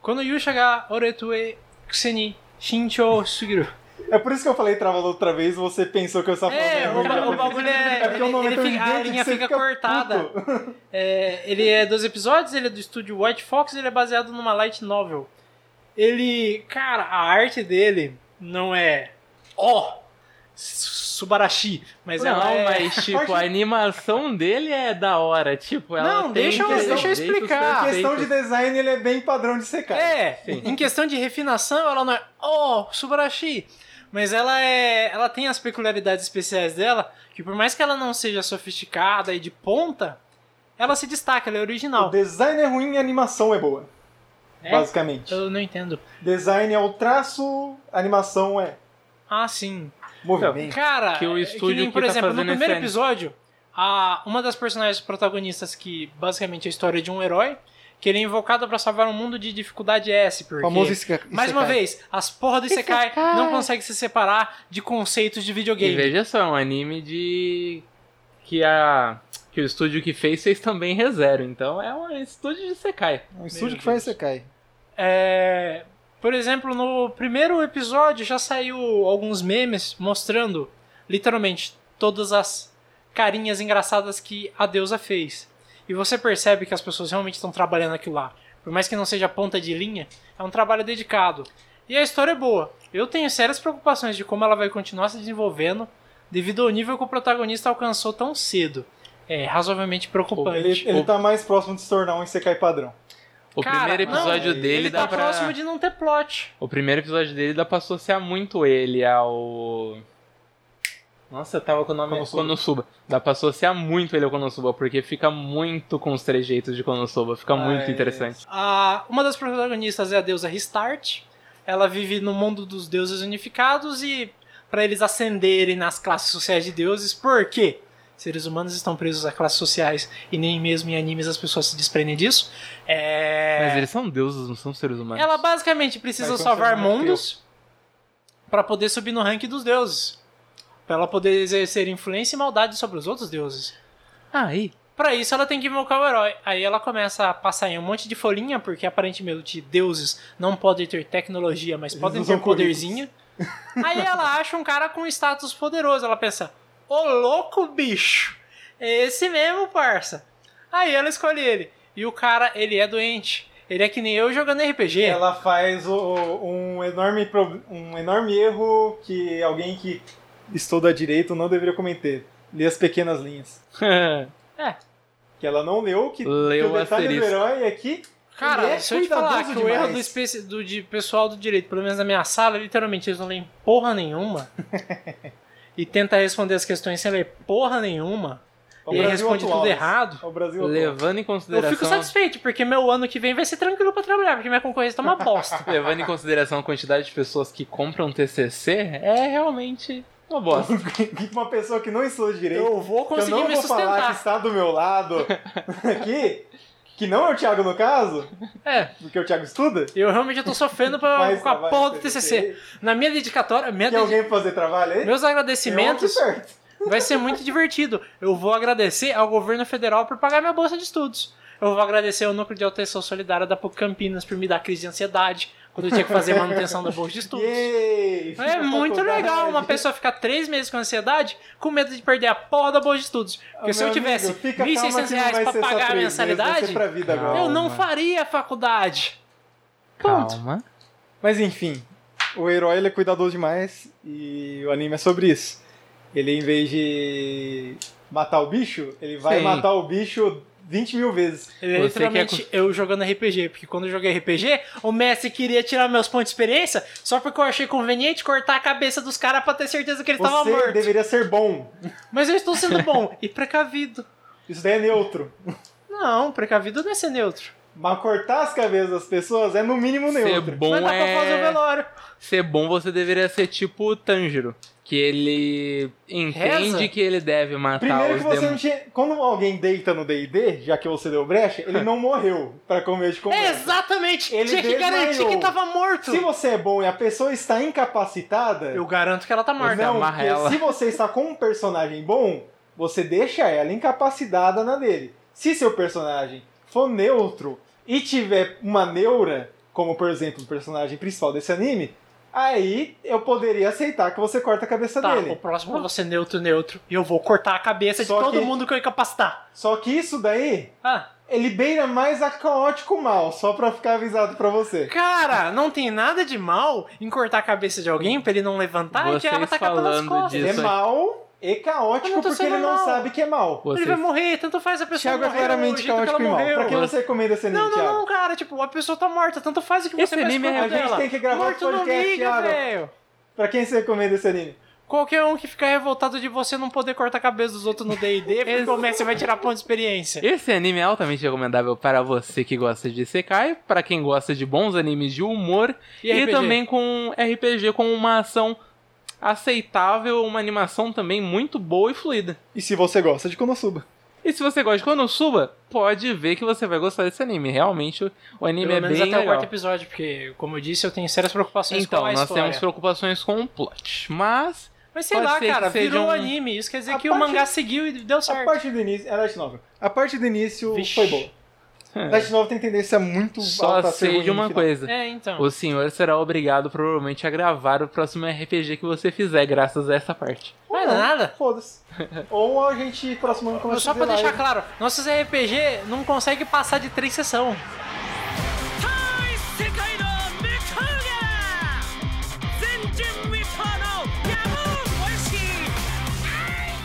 Quando Yusha ga Oretue Kuseni Shinchou Sugiru. É por isso que eu falei trava outra vez, você pensou que eu estava falando. É, em o, ruim, o já- bagulho é. É porque o ele- nome é ele tão fica- a gigante que linha você fica, fica cortada. puto. É, ele é dois episódios, ele é do estúdio White Fox, ele é baseado numa light novel. Ele, cara, a arte dele não é ó Subarashi, mas Não, ela é mas tipo, a animação dele é da hora. Tipo, ela Não, tem deixa eu- questão- deixa eu jeitos explicar. Em questão de perfeitos. design, ele é bem padrão de secar. Ah, É, Sim. em questão de refinação, ela não é oh, Subarashi. Mas ela é. Ela tem as peculiaridades especiais dela, que por mais que ela não seja sofisticada e de ponta, ela se destaca, ela é O original. design é ruim e a animação é boa. É? Basicamente. Eu não entendo. Design é o traço, animação é Ah, sim. movimento. Cara, Que o é estúdio nem, que por tá exemplo, no fazendo esse primeiro anime. episódio, a, uma das personagens protagonistas que basicamente é a história de um herói, que ele é invocado pra salvar um mundo de dificuldade S, porque Famoso isca- mais isekai. uma vez, as porra do Isekai não conseguem se separar de conceitos de E videogame. veja só, é um anime de. Que a. Que o estúdio que fez fez também ReZero. Então é um estúdio de Sekai. É um estúdio Meu que faz Sekai. É, por exemplo, no primeiro episódio já saiu alguns memes mostrando literalmente todas as carinhas engraçadas que a deusa fez. E você percebe que as pessoas realmente estão trabalhando aquilo lá. Por mais que não seja ponta de linha, é um trabalho dedicado. E a história é boa. Eu tenho sérias preocupações de como ela vai continuar se desenvolvendo devido ao nível que o protagonista alcançou tão cedo. É razoavelmente preocupante. Ele, ele tá mais próximo de se tornar um Isekai padrão. O Cara, primeiro não, episódio ele dele ele dá tá pra. próximo de não ter plot. O primeiro episódio dele dá pra associar muito ele ao. Nossa, eu tava com o nome Konosuba. Konosuba. Dá pra associar muito ele ao Konosuba, porque fica muito com os trejeitos de Konosuba. Ah, Fica muito é. interessante. A- uma das protagonistas é a deusa Restart. Ela vive no mundo dos deuses unificados e para eles ascenderem nas classes sociais de deuses, por quê? Seres humanos estão presos a classes sociais e nem mesmo em animes as pessoas se desprendem disso. É... Mas eles são deuses, não são seres humanos. Ela basicamente precisa Mas como salvar ser humano mundos para poder subir no ranking dos deuses. Pra ela poder exercer influência e maldade sobre os outros deuses. Ah, Aí. Pra isso ela tem que invocar o herói. Aí ela começa a passar em um monte de folhinha, porque aparentemente deuses não podem ter tecnologia, mas Eles podem usam ter um poderzinho. Aí ela acha um cara com status poderoso. Ela pensa: Ô louco, bicho! É esse mesmo, parça. Aí ela escolhe ele. E o cara, ele é doente. Ele é que nem eu jogando RPG. Ela faz o- o- um, enorme, pro- um enorme erro que alguém que estuda direito não deveria cometer. Lê as pequenas linhas. É. Que que ela não leu, que, Leu que o o detalhe do asterisco. herói é aqui. Cara, ele é se eu te falar que cuidadoso o erro do, demais. especi- do de- pessoal do direito, pelo menos na minha sala, literalmente eles não leem porra nenhuma. e tenta responder as questões sem ler porra nenhuma. É o e aí Brasil responde atual, tudo isso. errado. É o Brasil atual. Levando em Eu consideração. fico satisfeito, porque meu ano que vem vai ser tranquilo pra trabalhar, porque minha concorrência tá uma bosta. Levando em consideração a quantidade de pessoas que compram TCC, é realmente uma bosta. Uma pessoa que não estuda direito. Eu vou que eu conseguir não me vou falar que sustentar. está do meu lado aqui, que não é o Thiago no caso, É, porque o Thiago estuda. eu realmente tô sofrendo pra, faz com a trabalho porra do de TCC. Na minha dedicatória, minha Tem dedi- alguém pra fazer trabalho aí? um meus agradecimentos Eu acho certo. vai ser muito divertido. Eu vou agradecer ao governo federal por pagar minha bolsa de estudos. Eu vou agradecer ao Núcleo de Atenção Solidária da PUC Campinas por me dar crise de ansiedade quando eu tinha que fazer manutenção da bolsa de estudos. Yay! É Fica muito faculdade. legal uma pessoa ficar três meses com ansiedade com medo de perder a porra da bolsa de estudos. Porque Ah, Meu se eu amigo, tivesse fica calma que não 1.600 reais vai pra ser só pagar a três meses, Vai mensalidade, ser pra vida agora. eu não Calma. faria a faculdade. Ponto. Então, Calma. Mas enfim, o herói ele é cuidadoso demais e o anime é sobre isso. Ele, em vez de matar o bicho, ele vai Sim. matar o bicho 20 mil vezes. Ele é Você que é literalmente eu jogando RPG, porque quando eu joguei RPG, o mestre queria tirar meus pontos de experiência só porque eu achei conveniente cortar a cabeça dos caras pra ter certeza que eles estavam Você mortos. deveria ser bom. Mas eu estou sendo bom e precavido. Isso daí é neutro. Não, precavido não é ser neutro. Mas cortar as cabeças das pessoas é no mínimo Ser neutro. bom Mas dá pra fazer o é. velório. Ser bom você deveria ser tipo o Tanjiro. Que ele entende Reza? que ele deve matar Primeiro os que você não demônios. tinha. Quando alguém deita no DD, já que você deu brecha, ele não morreu pra comer de É, conversa. exatamente! Ele Tinha que garantir desmaiou. que tava morto. Se você é bom e a pessoa está incapacitada, Eu garanto que ela tá morta. Não, amarra porque ela. se você está com um personagem bom, você deixa ela incapacitada na dele. Se seu personagem for neutro e tiver uma neura, como por exemplo o personagem principal desse anime, aí eu poderia aceitar que você corta a cabeça Tá, o dele. próximo você neutro, neutro. E eu vou cortar a cabeça Só de todo que- mundo que eu incapacitar. Só que isso daí, Ah, ele beira mais a caótico mal, só pra ficar avisado pra você. cara, não tem nada de mal em cortar a cabeça de alguém pra ele não levantar e Vocês tirar atacar pelas falando costas. Ele é Isso aí. mal e Eu caótico não tô porque ele sendo não mal. sabe que é mal. Ele vai morrer, tanto faz a pessoa Thiago é morrer, o claramente jeito que caótico e ela mal. morreu. Pra que Você- você recomenda esse anime, Não, não, Thiago? não, cara, tipo, a pessoa tá morta, tanto faz o que Esse você vai anime é escolher revoltante. dela. A gente tem que gravar Morto não podcast, liga, Thiago. velho. Pra quem você recomenda esse anime? Qualquer um que ficar revoltado de você não poder cortar a cabeça dos outros no D&D, porque o Messi vai tirar ponto de experiência. Esse anime é altamente recomendável para você que gosta de Sekai, para quem gosta de bons animes de humor E RPG? também com RPG com uma ação aceitável, uma animação também muito boa e fluida. E se você gosta de Konosuba? E se você gosta de Konosuba, pode ver que você vai gostar desse anime. Realmente o- o anime Pelo é menos bem até o legal. quarto episódio, porque, como eu disse, eu tenho sérias preocupações Então, com a nós história. temos preocupações com o plot, mas Mas sei Pode lá, ser que cara, seja virou um- anime. Isso quer dizer A que o parte- mangá seguiu e deu A certo. parte do início. É Light Novel. A parte do início Vixe. foi boa. É. Light Novel tem tendência muito só alta a ser sei ruim de no uma final. coisa. É, então. O senhor será obrigado provavelmente a gravar o próximo RPG que você fizer, graças a essa parte. Não é nada. Foda-se. Ou a gente próximo ano começa Só a pra fazer live. deixar claro, nossos RPG não conseguem passar de três sessões. 世界のメタルが前人未到のヤブーシ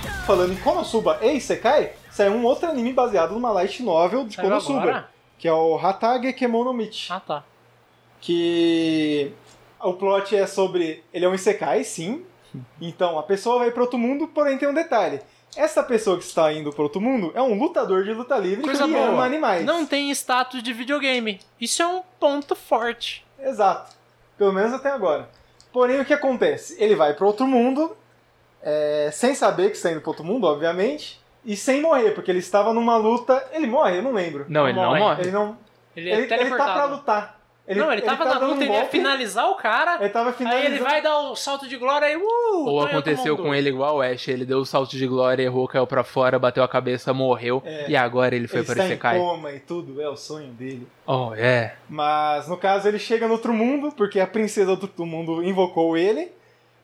ー Falando em Konosuba e Isekai, saiu um outro anime baseado numa Light Novel de Saiu Konosuba. agora? Que é o Hatage Kemonomichi. Ah, tá. Que o plot é sobre. Ele é um Isekai, sim. Então a pessoa vai pro outro mundo, porém tem um detalhe. Essa pessoa que está indo pro outro mundo é um lutador de luta livre Coisa que boa. ama animais. Não tem status de videogame. Isso é um ponto forte. Exato. Pelo menos até agora. Porém, o que acontece? Ele vai para outro mundo, é, sem saber que está indo para outro mundo, obviamente, e sem morrer, porque ele estava numa luta. Ele morre, eu não lembro. Não, ele não Morre. morre. Ele não. Ele é Ele, ele tá pra teleportado. lutar. não, ele tava tá na dando luta, um ele ia golpe, finalizar o cara. Ele tava Aí finalizando. ele vai dar o salto de glória e uh! Ou aconteceu com ele igual o Ash, ele deu o salto de glória, errou, caiu pra fora, bateu a cabeça, morreu, É. e agora ele foi ele pra está em Isekai. coma e tudo, é o sonho dele. Oh, é. Mas no caso ele chega no outro mundo, porque a princesa do outro mundo invocou ele.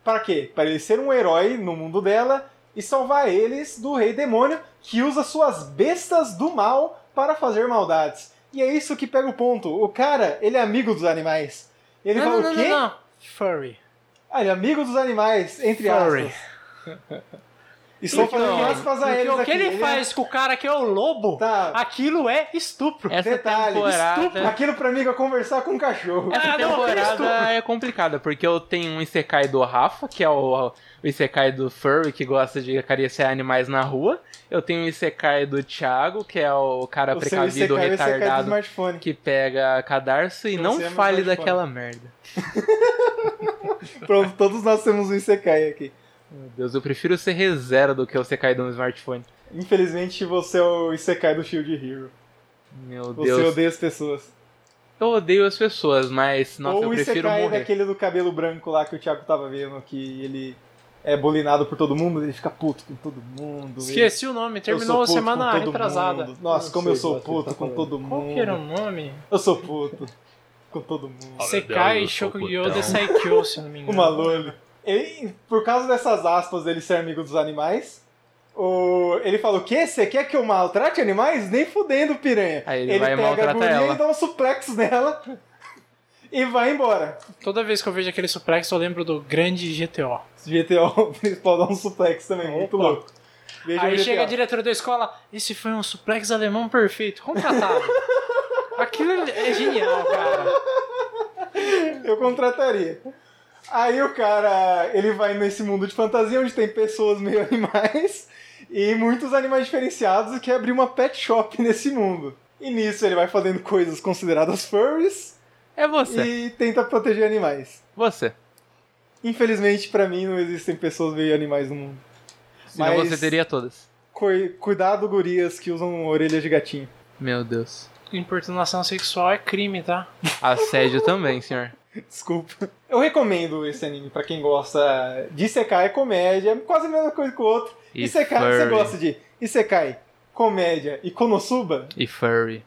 Para quê? Para ele ser um herói no mundo dela e salvar eles do rei demônio que usa suas bestas do mal para fazer maldades. E é isso que pega o ponto. O cara, ele é amigo dos animais. Ele não, fala não, o não, quê? não, não. Furry. Ah, ele é amigo dos animais, entre Furry. aspas. E só Então, fazendo aspas a Porque eles o aqui. que ele Ele- faz com o cara que é o lobo, Tá. aquilo é estupro. Essa Detalhe, temporada. Aquilo pra mim é conversar com um cachorro. Essa Ah, não, temporada Cristo! é complicada, porque eu tenho um Isekai do Rafa, que é o, o Isekai do Furry, que gosta de acariciar animais na rua. Eu tenho um Isekai do Thiago, que é o cara O seu ICK é precavido o ICK do retardado smartphone. que pega cadarço e Você não é mais fale mais daquela merda. Pronto, todos nós temos um Isekai aqui. Meu Deus, eu prefiro ser rezero do que o Isekai do smartphone. Infelizmente você é o Isekai do Shield Hero. Meu Você Deus. odeia as pessoas. Eu odeio as pessoas, mas, nossa, Ou eu o prefiro Isekai é morrer. daquele do cabelo branco lá que o Thiago tava vendo, que ele é bolinado por todo mundo, ele fica puto com todo mundo. ele- Esqueci o nome, Eu sou terminou a puto semana com todo retrasada. mundo. Nossa, Não como sei eu sou do que você puto tá com falando. todo Qual que era o mundo. nome? Eu sou puto com todo mundo. Sekai Shokugyo de Saikyo, se não me engano. Uma loli. Ele, por causa dessas aspas dele ser amigo dos animais, o, ele fala: O quê? Você quer que eu maltrate animais? Nem fudendo, piranha. Aí ele vai e pega a maltrata guria ela. e dá um suplex nela e vai embora. Toda vez que eu vejo aquele suplex, eu lembro do grande GTO. GTO principal dá um suplex também, muito Opa. louco. Vejam Aí o chega a GTO. diretora da escola, esse foi um suplex alemão perfeito, contratado. Aquilo é genial, cara. Eu contrataria. Aí o cara, ele vai nesse mundo de fantasia onde tem pessoas meio animais e muitos animais diferenciados e quer abrir uma pet shop nesse mundo. E nisso ele vai fazendo coisas consideradas furries É você, e tenta proteger animais. você. Infelizmente pra mim não existem pessoas meio animais no mundo. Senão Mas- você teria todas. Coi- Cuidado gurias que usam orelhas de gatinho. Meu Deus. Importunação sexual é crime, tá? Assédio também, senhor. Desculpa. Eu recomendo esse anime pra quem gosta de secar é comédia, é quase a mesma coisa que o outro. E Isekai, você furry. gosta de Isekai, comédia e Konosuba? E furry.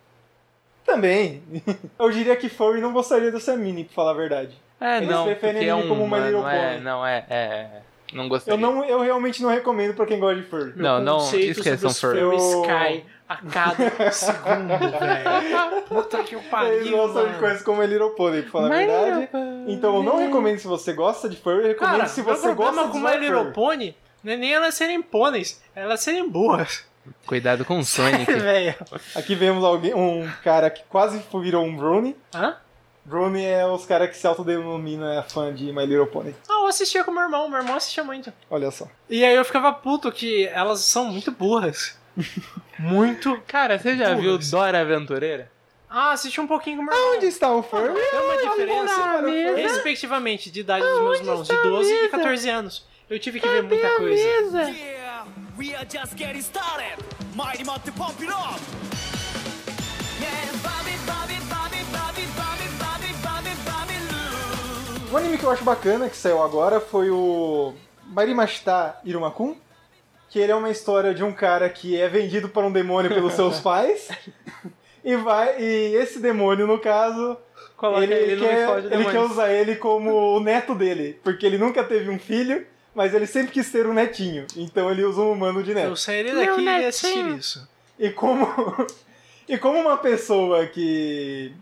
Também. Eu diria que Furry não gostaria dessa mini, pra falar a verdade. É, Eles não, preferem porque é anime um como My humano, Little não é, Pony. não é, é, é. Não Eu, gostaria. não, eu realmente não recomendo pra quem gosta de Furry. Não, Meu não, conceito esqueçam sobre furry. os furries cai a cada segundo, velho. Puta que o Eles pariu, gostam de mano. coisas como My Little Pony, pra falar a verdade. Então eu não recomendo se você gosta de Furry, eu recomendo Cara, se meu você problema gosta com de My usar Little Furry. Pony não é nem elas serem pôneis, é elas serem burras. Cuidado com o Sonic. Velho. Aqui vemos alguém, um cara que quase virou um Brony. Hã? Brony é os caras que se autodenomina fã de My Little Pony. Ah, eu assistia com meu irmão, meu irmão assistia muito. Olha só. E aí eu ficava puto que elas são muito burras. muito. Cara, você já viu Burras. Dora Aventureira? Ah, assisti um pouquinho com meu irmão. Onde está o Furry? Tem uma diferença, tá mesa? respectivamente, de idade dos meus irmãos, de 12 e 14 anos. Eu tive que ver muita coisa. Yeah, we are just getting started. 前に待ってパンピラップ Yeah, Bobby, Bobby, Bobby, Bobby, Bobby, Bobby, Bobby, Bobby, Lou. Um anime que eu acho bacana que saiu agora foi o Marimashita Irumakun, que ele é uma história de um cara que é vendido para um demônio pelos seus pais. E vai e esse demônio no caso, Coloca ele, ele no quer, uniforme de ele quer demônio. usar ele como o neto dele, porque ele nunca teve um filho, mas ele sempre quis ter um netinho. Então ele usa um humano de neto. Eu sairei daqui e ia assistir isso. E como E como uma pessoa que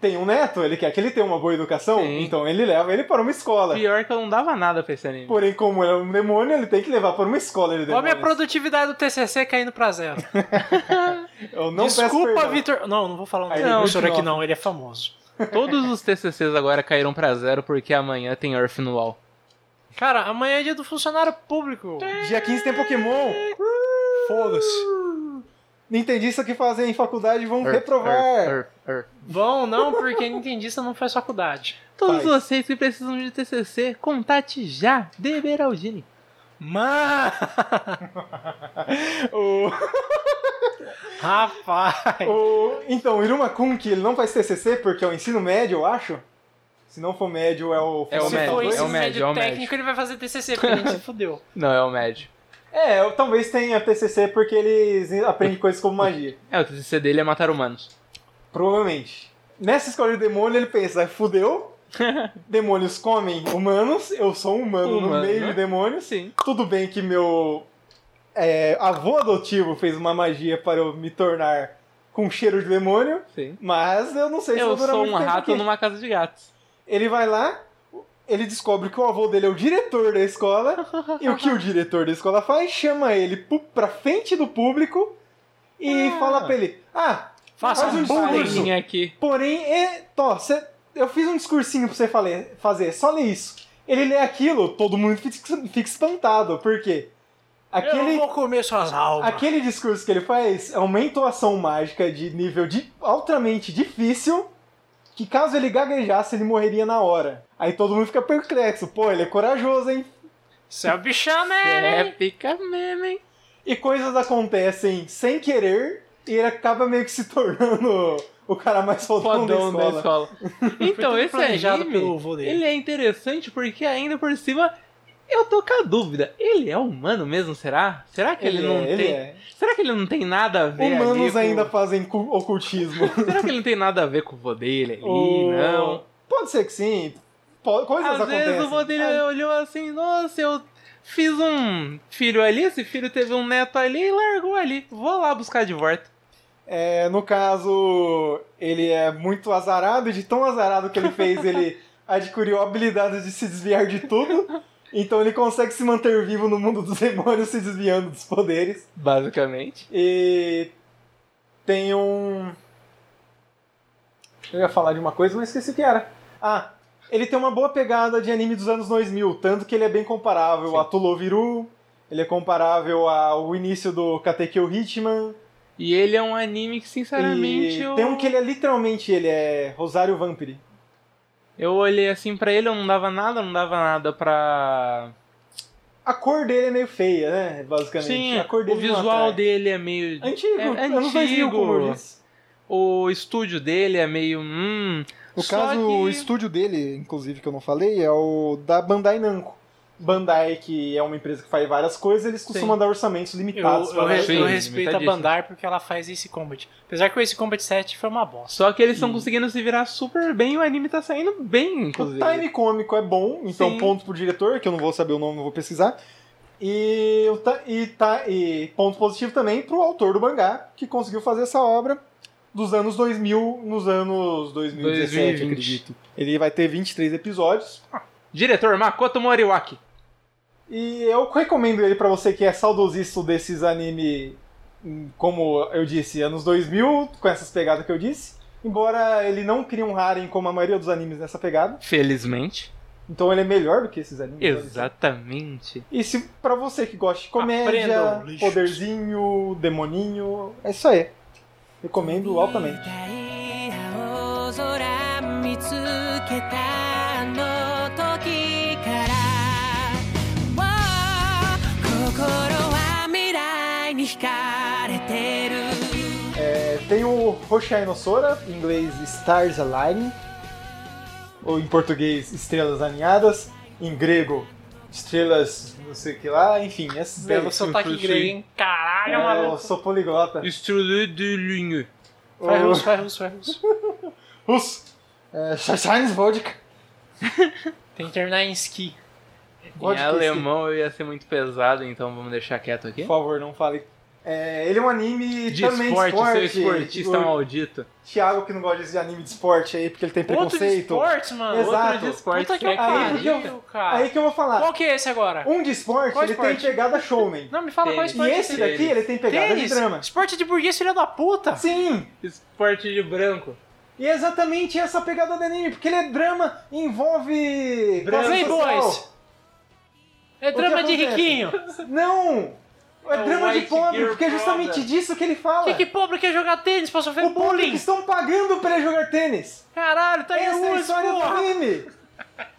tem um neto, ele quer que ele tenha uma boa educação, Sim. então ele leva ele para uma escola. Pior que eu não dava nada pra esse anime. Porém, como ele é um demônio, ele tem que levar para uma escola de Olha a minha demônios. produtividade do TCC caindo pra zero. Eu não peço Desculpa, perdão. Vitor. Não, não vou falar o nome Aí do ele professor aqui continua. não, ele é famoso. Todos os TCCs agora caíram pra zero porque amanhã tem Earth no UOL. Cara, amanhã é dia do funcionário público. Dia 15 tem Pokémon. Foda-se. Nintendista que fazem em faculdade vão Earth, reprovar. Earth, Earth, Earth. Vão não, porque nintendista não faz faculdade. Todos Faz. vocês que precisam de TCC, contate já Deberaldini. Mano! O- Rapaz! o- Então, o Iruma Kun, que ele não faz TCC porque é o ensino médio, eu acho. Se não for médio, é o... É o se Se médio, for for esse- ensino é o médio, é o médio médio. técnico, ele vai fazer TCC, porque a gente se fudeu. Não, é o médio. É, eu- talvez tenha TCC porque eles aprendem coisas como magia. É, o TCC dele é matar humanos. Provavelmente. Nessa escola de demônio, ele pensa, fudeu... Demônios comem humanos, eu sou um humano, no Humano. né?" meio de demônios. Sim. Tudo bem que meu é, avô adotivo fez uma magia para eu me tornar com cheiro de demônio, Sim. mas eu não sei se Eu vou durar sou um muito tempo rato aqui. numa casa de gatos. Ele vai lá, ele descobre que o avô dele é o diretor da escola, e o que o diretor da escola faz? Chama ele pu- pra frente do público e Ah. fala pra ele: Ah, Faça Faz um um bullying. bullying. Tem aqui. porém, é, tó, cê- eu fiz um discursinho pra você fale- fazer, só lê isso. Ele lê aquilo, todo mundo fica, fica espantado, porque Eu aquele, vou comer suas almas. aquele discurso que ele faz é uma entoação mágica de nível de, altamente difícil. Que caso ele gaguejasse, ele morreria na hora. Aí todo mundo fica perplexo. Pô, ele é corajoso, hein? Você é o bichão, né? É, pica mesmo, hein? e coisas acontecem sem querer e ele acaba meio que se tornando o cara mais fodão, Fodão da escola. Então, tudo esse planejado anime, pelo vô dele. ele é interessante porque ainda por cima eu tô com a dúvida. Ele é humano mesmo, será? Será que ele, Ele não é, ele tem... é. Será que ele não tem nada a ver ali Humanos com- ainda fazem cu- ocultismo. Será que ele não tem nada a ver com o vô dele ali? O- Não. Pode ser que sim. Po- Oh. Coisas Às acontecem. Ah. vezes o vô dele olhou assim, nossa, eu fiz um filho ali, esse filho teve um neto ali e largou ali. Vou lá buscar de volta. É, no caso, ele é muito azarado, e de tão azarado que ele fez, ele adquiriu a habilidade de se desviar de tudo. Então ele consegue se manter vivo no mundo dos demônios, se desviando dos poderes. Basicamente. E tem um. Eu ia falar de uma coisa, mas esqueci o que era. Ah, ele tem uma boa pegada de anime dos anos 2000, tanto que ele é bem comparável a Tuloviru, ele é comparável ao início do Katekyo Hitman. E ele é um anime que, sinceramente, e eu... Tem um que ele é literalmente, ele é Rosário Vampire. eu olhei assim pra ele, eu não dava nada, não dava nada pra... A cor dele é meio feia, né? Basicamente. Sim, a cor o dele não visual atrai. dele é meio... Antigo, É anos 2000, como eu antigo. disse. O estúdio dele é meio... Hum, No Só caso, que- o estúdio dele, inclusive, que eu não falei, é o da Bandai Namco. Bandai, que é uma empresa que faz várias coisas, eles costumam dar orçamentos Eu, limitados eu, pra re- várias Sim, eu coisas. respeito a limitadíssimo. Bandai porque ela faz esse combat. Apesar que o Ace Combat 7 foi uma bosta. Só que eles estão conseguindo se virar super bem e o anime tá saindo bem, O inclusive. time cômico é bom, então Sim. ponto pro diretor, que eu não vou saber o nome, não vou pesquisar. E, o ta- e, ta- e ponto positivo também pro autor do mangá, que conseguiu fazer essa obra dos anos 2000 nos anos 2017, 2020. acredito. Ele vai ter 23 episódios. Diretor Makoto Moriwaki. E eu recomendo ele pra você que é saudosista desses anime, hum, como eu disse, anos 2000, com essas pegadas que eu disse. Embora ele não crie um harem como a maioria dos animes nessa pegada, Felizmente. então ele é melhor do que esses animes. Exatamente. E se pra você que gosta de comédia, Aprendam, lixos. poderzinho, demoninho, é isso aí. Recomendo altamente. 青空見つけたあの時から」「心は未来に惹かれてる」 É, tem o Hoshai no Sora, em inglês Stars Align, ou em português Estrelas Alinhadas, em grego Estrelas não sei o que lá, enfim, esses Pelo daí. sotaque sim, sim. grego, hein? Caralho, É, eu maluco. sou poliglota. Estrela de linha. Vai O- russo, vai russo, vai russo. Russo. É, Shashines Vodka. Tem que terminar em ski. Em Vodka, alemão eu ia ser muito pesado, então vamos deixar quieto aqui. Por favor, não fale. É, ele é um anime De também esporte, seu de esporte. é esportista um O maldito. Thiago que não gosta de anime de esporte aí, porque ele tem Outro de preconceito. esportes, mano. Exato. Outro de esporte, Puta que seu Aí, caralho. porque eu- pariu, cara. Aí que eu vou falar. Qual que é esse agora? Um de esporte, Qual ele esporte? tem pegada showman. Não, me fala qual Tênis. E esporte é esse esse. daqui, ele tem pegada de Tênis? drama. Esporte de burguês, filha da puta. Sim! Esporte de branco. E é exatamente essa pegada do anime, porque ele é drama, envolve. Drama. classe social. Playboys. É O drama que de acontece? riquinho. Não! É, É o drama de White pobre, Girl porque é justamente Product. disso que ele fala. Que, que pobre quer jogar tênis pra sofrer O público bullying? estão pagando pra ele jogar tênis. Caralho, tá aí Essa é a russo, história do porra. anime.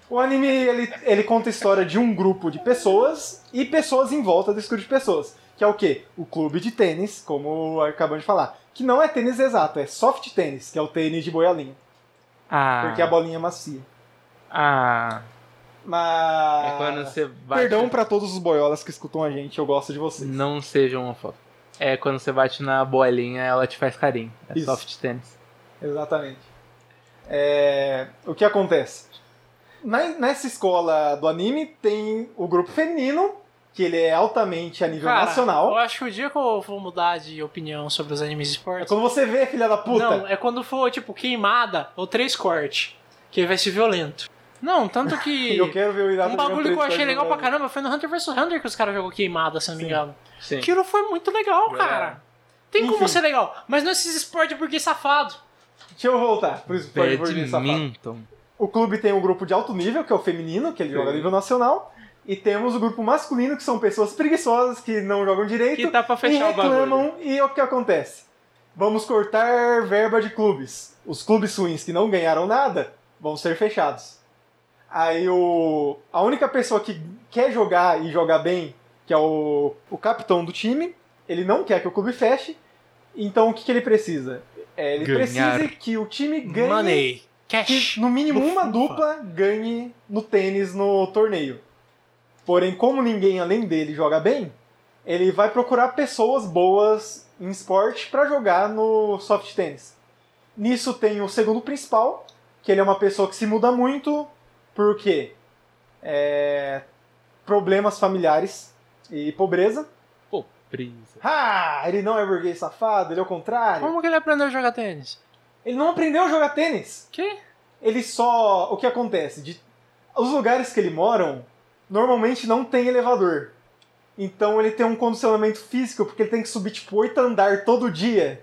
O anime ele, ele conta a história de um grupo de pessoas e pessoas em volta desse grupo de pessoas. Que é o quê? O clube de tênis, como acabamos de falar. Que não é tênis exato, é soft tênis, que é o tênis de boiolinha. Ah. Porque a bolinha é macia. Ah. Mas. É quando você bate. Ah, Perdão pra todos os boiolas que escutam a gente, eu gosto de vocês. Não seja uma foto. É quando você bate na bolinha, ela te faz carinho. É Isso. soft tennis. Exatamente. É, o que acontece? Na- nessa escola do anime tem o grupo feminino, que ele é altamente a nível Cara, nacional. Eu acho que o dia que eu for mudar de opinião sobre os animes de É esportes. quando você vê, é filha da puta. Não, é quando for, tipo, queimada ou três corte. Que aí vai ser violento. Não, tanto que. Eu quero ver o Inata um bagulho que eu jogando achei legal pra Street caramba foi no Hunter vs Hunter que os caras jogou queimada, se eu não me Sim. É. engano. Sim. Aquilo foi muito legal, Verdade. cara. Tem Enfim. como ser legal, mas não esses esporte porque safado. Fighter. Deixa eu voltar pro Sport Virgin Safado. Badminton. O clube tem um grupo de alto nível, que é o feminino, que ele joga a nível nacional. E temos o grupo masculino, que são pessoas preguiçosas, que não jogam direito. Que tá pra fechar e o bagulho. reclamam, e o que acontece? Vamos cortar verba de clubes. Os clubes ruins que não ganharam nada vão ser fechados. Aí o a única pessoa que quer jogar e jogar bem, que é o, o capitão do time, ele não quer que o clube feche. Então o que, que ele precisa? É, ele Ganhar. precisa que o time ganhe Cash. um que no mínimo No uma FIFA. dupla ganhe no tênis no torneio. Porém, como ninguém além dele joga bem, ele vai procurar pessoas boas em esporte para jogar no soft tênis. Nisso tem o segundo principal, que ele é uma pessoa que se muda muito, porque é, problemas familiares e pobreza. Pô, prisa. Ah, ele não é burguês safado, ele é o contrário. Como que ele aprendeu a jogar tênis? Ele não aprendeu a jogar tênis. Que? ele só. O que acontece? De- os lugares que ele moram normalmente não tem elevador. Então ele tem um condicionamento físico, porque ele tem que subir tipo oito andar todo dia.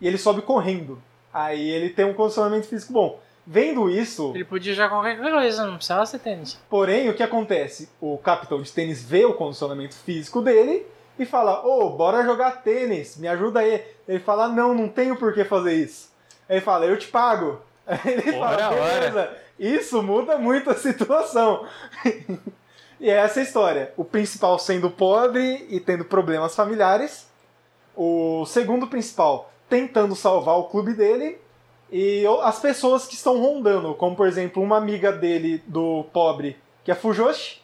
E ele sobe correndo. Aí ele tem um condicionamento físico bom. Vendo isso, Ele podia jogar qualquer coisa, não precisava ser tênis. porém, o que acontece? O capitão de tênis vê o condicionamento físico dele e fala: Ô, bora jogar tênis, me ajuda aí. Ele fala: Não, não tenho por que fazer isso. Ele fala: Eu te pago. Aí ele Ora, fala: Beleza. Isso muda muito a situação. e é essa a história. O principal sendo pobre e tendo problemas familiares. O segundo principal tentando salvar o clube dele. E o- as pessoas que estão rondando, como por exemplo uma amiga dele do pobre, que é Fujoshi,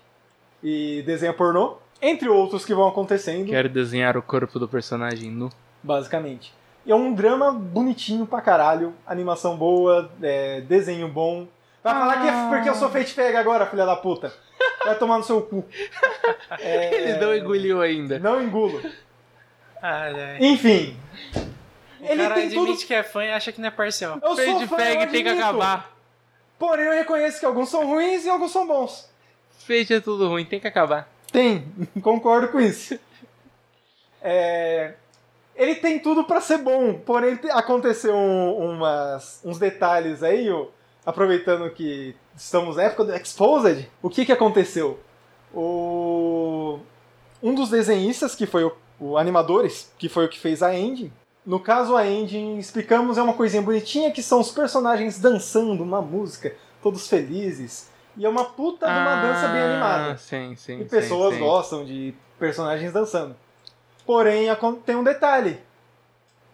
e desenha pornô, entre outros que vão acontecendo, Quero desenhar o corpo do personagem nu. basicamente. E é um drama bonitinho pra caralho, animação boa, é, desenho bom. Vai falar que é porque eu sou feito pega agora, filha da puta. Vai tomar no seu cu. É, Ele não engoliu ainda. Não engulo. Ai, ai. Enfim. Ah, é. O Ele cara tem admite tudo. que é fã e acha que não é parcial. Eu sou Fade fã, fag eu tem que admito. acabar. Porém, eu reconheço que alguns são ruins e alguns são bons. Fade é tudo ruim, tem que acabar. Tem, concordo com isso. É, ele tem tudo pra ser bom, porém te- aconteceu um- umas- uns detalhes aí, ó, aproveitando que estamos na época do Exposed. O que, que aconteceu? O, um dos desenhistas, que foi o, o Animadores, que foi o que fez a Ending. No caso, a Ending, explicamos, é uma coisinha bonitinha que são os personagens dançando uma música, todos felizes. E é uma puta de uma dança bem animada. Ah, Sim, sim. E pessoas sim, sim. gostam de personagens dançando. Porém, acon- tem um detalhe.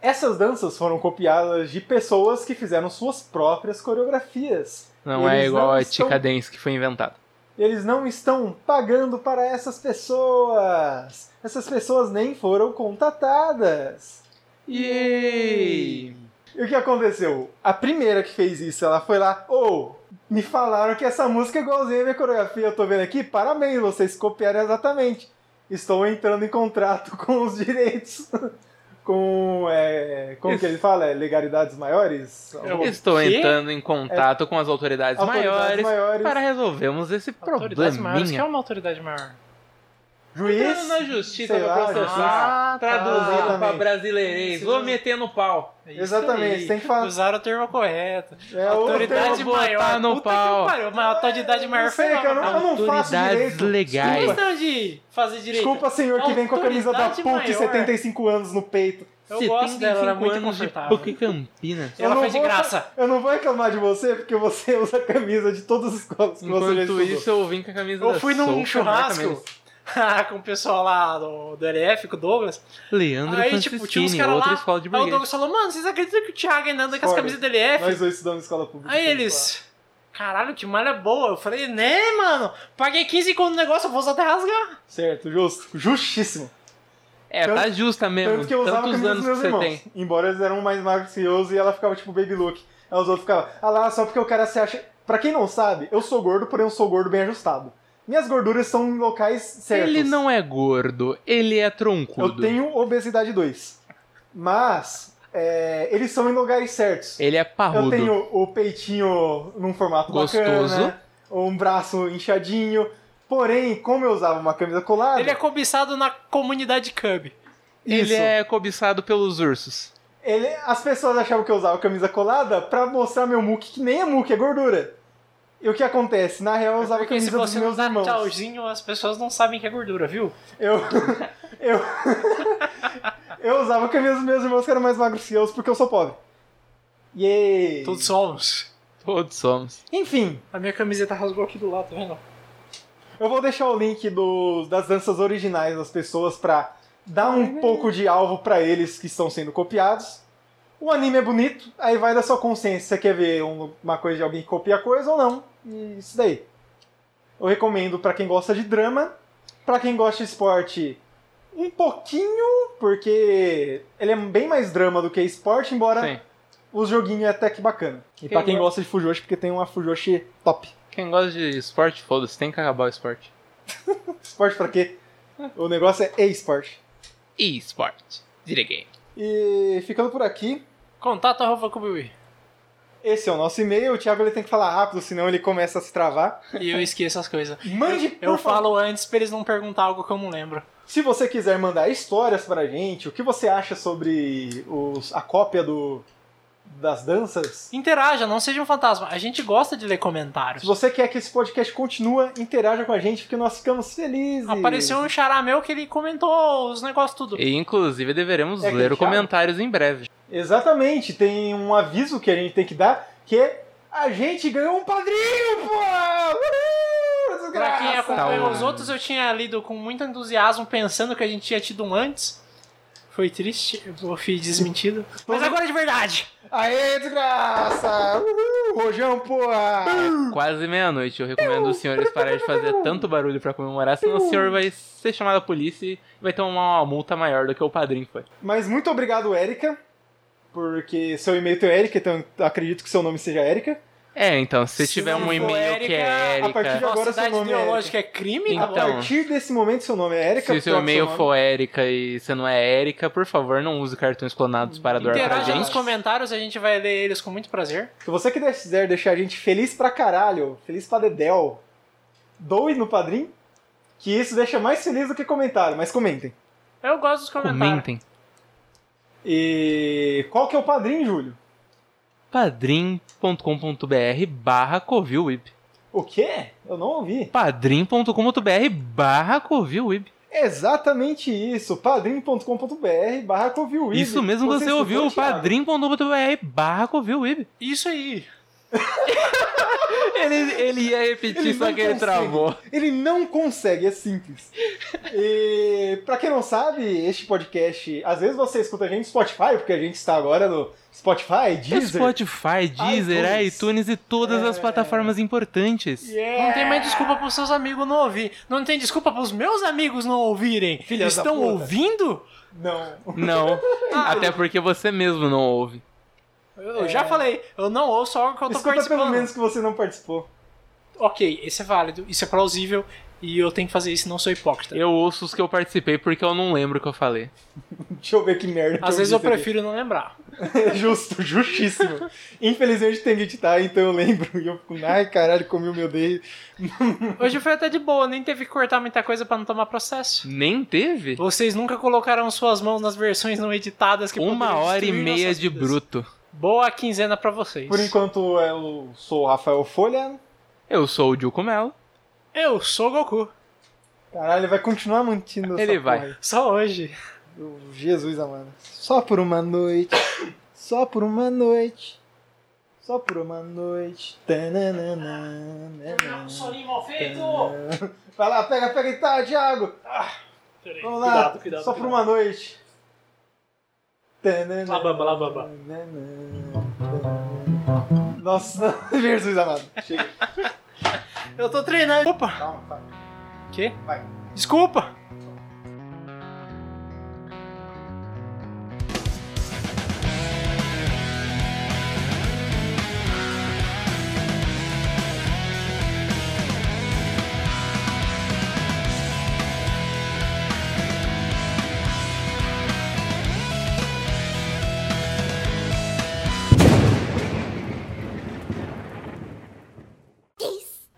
Essas danças foram copiadas de pessoas que fizeram suas próprias coreografias. Não é Eles igual não a estão- Tica Dance que foi inventada. Eles não estão pagando para essas pessoas. Essas pessoas nem foram contatadas. Yay! E o que aconteceu? A primeira que fez isso, ela foi lá, ou me falaram que essa música é igualzinha à minha coreografia, eu tô vendo aqui, parabéns, vocês copiaram exatamente. Estou entrando em contrato com os direitos. Com. É, como que Isso. ele fala? É, legalidades maiores? Eu- Estou quê? entrando em contato com as É. autoridades, Autoridades maiores, maiores. para resolvermos esse um Autoridades maiores, que é probleminha. uma autoridade maior. Juiz? Entrando um na justiça sei lá, pra processar, justiça. Ah, tá, traduzindo Exatamente. pra brasileirês, vou meter no pau. É isso Exatamente, aí. tem que falar. Usaram o termo correto. É, o autoridade termo- vou botar maior. no Puta pau. que pariu, mas a autoridade maior Não sei, foi cara, eu não, eu não faço Autoridades direito. legais. Desculpa. questão de fazer direito. Desculpa, senhor que vem com a camisa da Autoridade PUC, maior. 75 anos no peito. Eu gosto dela, ela é 75 muito anos de confortável. PUC Campinas. Eu Ela não fez de vou- graça. Eu não vou reclamar de você, porque você usa a camisa de todas as escolas que você já Enquanto estudou. isso, eu vim com a camisa né, Eu da fui num Soul, com a churrasco camisa- Ah, com o pessoal lá do, do LF, com o Douglas. Leandro aí, Francischini, tipo, tinha uns caras outra lá. escola de aí o burguês. Douglas falou, mano, vocês acreditam que o Thiago ainda anda com as Fora. camisas do LF? Nós dois estudamos em escola pública. tá Aí eles. Caralho, que malha boa. Eu falei, né, mano? Paguei 15 conto no negócio, eu vou usar até rasgar. Certo, justo. Justíssimo. É, tá justa mesmo. Tanto que eu usava a Tantos camisa dos anos que meus você irmãos. tem. Embora eles eram mais magros que eu e ela ficava tipo baby look. Aí os outros ficavam, ah lá, só porque o cara se acha. Pra quem não sabe, eu sou gordo, porém eu sou gordo bem ajustado. Minhas gorduras são em locais certos. Ele não é gordo, ele é troncudo. Eu tenho obesidade 2. Mas, é, eles são em lugares certos. Ele é Eu parrudo. tenho o peitinho num formato Gostoso. bacana. um braço inchadinho. Porém, como eu usava uma camisa colada, Ele é cobiçado na comunidade Cub. isso, Ele é cobiçado pelos ursos. ele- as pessoas achavam que eu usava camisa colada pra mostrar meu muque, que nem é muque, é gordura. E o que acontece? Na real, eu usava a Porque se camisa dos você não meus dá irmãos. tchauzinho, as pessoas não sabem que é gordura, viu? Eu. eu. eu usava a camisa dos meus irmãos que eram mais magros que eu, porque eu sou pobre. Yay! Todos somos. Todos somos. Enfim, A minha camiseta rasgou aqui do lado, tá vendo? eu vou deixar o link do- das danças originais das pessoas pra dar um pouco de alvo pra eles que estão sendo copiados. O anime é bonito, aí vai da sua consciência. Você quer ver um- uma coisa de alguém que copia coisa ou não? E isso daí. Eu recomendo pra quem gosta de drama, pra quem gosta de esporte, um pouquinho, porque ele é bem mais drama do que esporte, embora Sim. os joguinhos é até que bacana. E pra Quem quem gosta de Fujoshi, porque tem uma Fujoshi top. Quem gosta de esporte, foda-se, tem que acabar o esporte. Esporte pra quê? O negócio é e-esporte. E esporte. Videogame. E ficando por aqui, Contato arroba Kubiwi. esse é o nosso e-mail. O Thiago ele tem que falar rápido, senão ele começa a se travar. E eu esqueço as coisas. Mande, por Eu favor. falo antes pra eles não perguntar algo que eu não lembro. Se você quiser mandar histórias pra gente, o que você acha sobre os- a cópia do, das danças? Interaja, não seja um fantasma. A gente gosta de ler comentários. Se você quer que esse podcast continue, interaja com a gente, porque nós ficamos felizes. Apareceu um xará meu que ele comentou os negócios tudo. E inclusive deveremos É que ler os chama? comentários em breve. Exatamente, tem um aviso que a gente tem que dar, que é a gente ganhou um padrinho, pô! Uhul! Pra quem Desgraça! acompanhou Saúde. os outros, eu tinha lido com muito entusiasmo, pensando que a gente tinha tido um antes. Foi triste, eu fui desmentido. Mas agora é de verdade! Aê, desgraça! Uhul! Rojão, porra! Quase meia-noite. Eu recomendo os senhores pararem de fazer tanto barulho pra comemorar, senão o senhor vai ser chamado à polícia e vai tomar uma multa maior do que o padrinho foi. Mas muito obrigado, Érica, porque seu e-mail tem o Érica, então eu acredito que seu nome seja Érica. É, então, se, Se tiver não um for e-mail que é Érica, a partir de Erika. agora Nossa idade seu nome é ideológica é, crime? A Então, partir desse momento, seu nome é Érica. Se o seu troca e-mail nome. for Érica e você não é Érica, por favor, não use cartões clonados para doar pra Interaja gente. nos comentários, a gente vai ler eles com muito prazer. Se você quiser deixar a gente feliz pra caralho, feliz pra dedéu, doe no padrinho, que isso deixa mais feliz do que comentário, mas comentem. Eu gosto dos comentários. Comentem. E qual que é o padrinho, Júlio? padrim.com.br barra Covilweb. O quê? Eu não ouvi. padrim.com.br barra Covilweb. Exatamente isso, padrim.com.br barra Covilweb. Isso mesmo que você escutou, ouviu, Thiago? padrim.com.br barra Covilweb. Isso aí. Ele, ele ia repetir, Ele só não que ele consegue. travou. Ele não consegue, é simples. E pra quem não sabe, este podcast, às vezes você escuta a gente no Spotify, porque a gente está agora no Spotify, Deezer. Spotify, Deezer, iTunes. iTunes, e todas É. as plataformas importantes. Não tem mais desculpa pros seus amigos não ouvir. Não tem desculpa pros meus amigos não ouvirem. Filhas da Estão puta. ouvindo? Não. Não, Ah, até porque você mesmo não ouve. Eu já falei, eu não ouço algo que eu tô É. Escuta participando. pelo menos que você não participou. Ok, esse é válido, isso é plausível e eu tenho que fazer isso, não sou hipócrita. Eu ouço os que eu participei porque eu não lembro o que eu falei. Deixa eu ver que merda. que Às vezes eu disse aqui. prefiro não lembrar. Justo, justíssimo. Infelizmente tem que editar, então eu lembro. E eu fico, ai caralho, comi o meu dedo. Hoje foi até de boa, nem teve que cortar muita coisa pra não tomar processo. Nem teve? Vocês nunca colocaram suas mãos nas versões não editadas que Uma poderiam hora e destruir meia nossas de vidas. bruto. Boa quinzena pra vocês. Por enquanto eu sou o Rafael Folha. Eu sou o Juco Melo. Eu sou Goku, Caralho, ele vai continuar mantendo essa Ele porra vai. aí. só hoje. Eu- Jesus amado. Só por uma noite. Só por uma noite. Só por uma noite. Tananana, nanana. mal feito! Vai lá, pega, pega a guitarra, Thiago. Ah, Vamos lá. Só por uma noite. Tananana, Lá, baba, lá, baba. nanana. Nossa, Jesus amado. Chega. Eu tô treinando. Opa! Calma, calma. Que? Vai. Desculpa!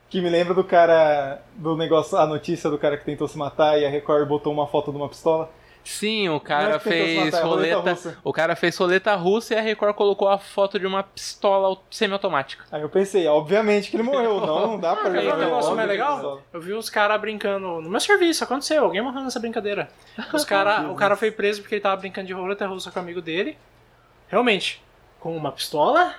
Que me lembra do cara. Do negócio. A notícia do cara que tentou se matar e a Record botou uma foto de uma pistola. Sim, o Não cara é que tentou se fez matar, é roleta roleta. russa. o cara fez roleta russa e a Record colocou a foto de uma pistola semiautomática. Aí eu pensei, obviamente que ele morreu. Não, não dá pra Ah, quer ver um jogar negócio óbvio mais que ele legal? resolve. Eu vi os caras brincando. No meu serviço, aconteceu, alguém morreu nessa brincadeira. Os cara, o cara foi preso porque ele tava brincando de roleta russa com o amigo dele. Realmente, com uma pistola.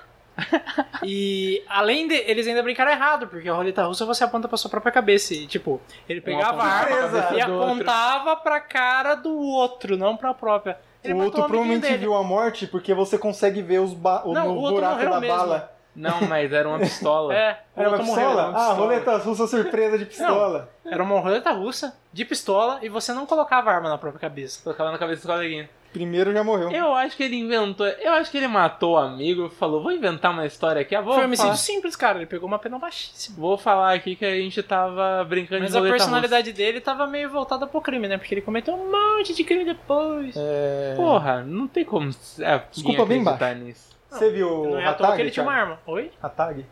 e além de. Eles ainda brincaram errado, porque a roleta russa você aponta pra sua própria cabeça. E tipo, ele pegava a aponta pra arma cabeça e do outro. apontava pra cara do outro, não pra própria. Ele o matou outro um amiguinho provavelmente dele. viu a morte porque você consegue ver os ba- o, Não, no o outro buraco morreu da mesmo. bala. Não, mas era uma pistola. É, o Era uma outro morreu, pistola? era uma ah, pistola. roleta russa surpresa de pistola. Era uma roleta russa de pistola e você não colocava a arma na própria cabeça. Colocava na cabeça do coleguinha. Primeiro já morreu. Eu acho que ele inventou. Eu acho que ele matou o amigo e falou: vou inventar uma história aqui. Ah, vou, Foi um falar, homicídio simples, cara. Ele pegou uma pena baixíssima. vou falar aqui que a gente tava brincando Mas de a roleta personalidade dele tava meio voltada pro crime, né? Porque ele cometeu um monte de crime depois. É, russa. Porra, não tem como. É, Desculpa, bem acreditar nisso. Você viu o não é à toa que Hatag? ele tinha uma cara? arma. Oi? Hatag?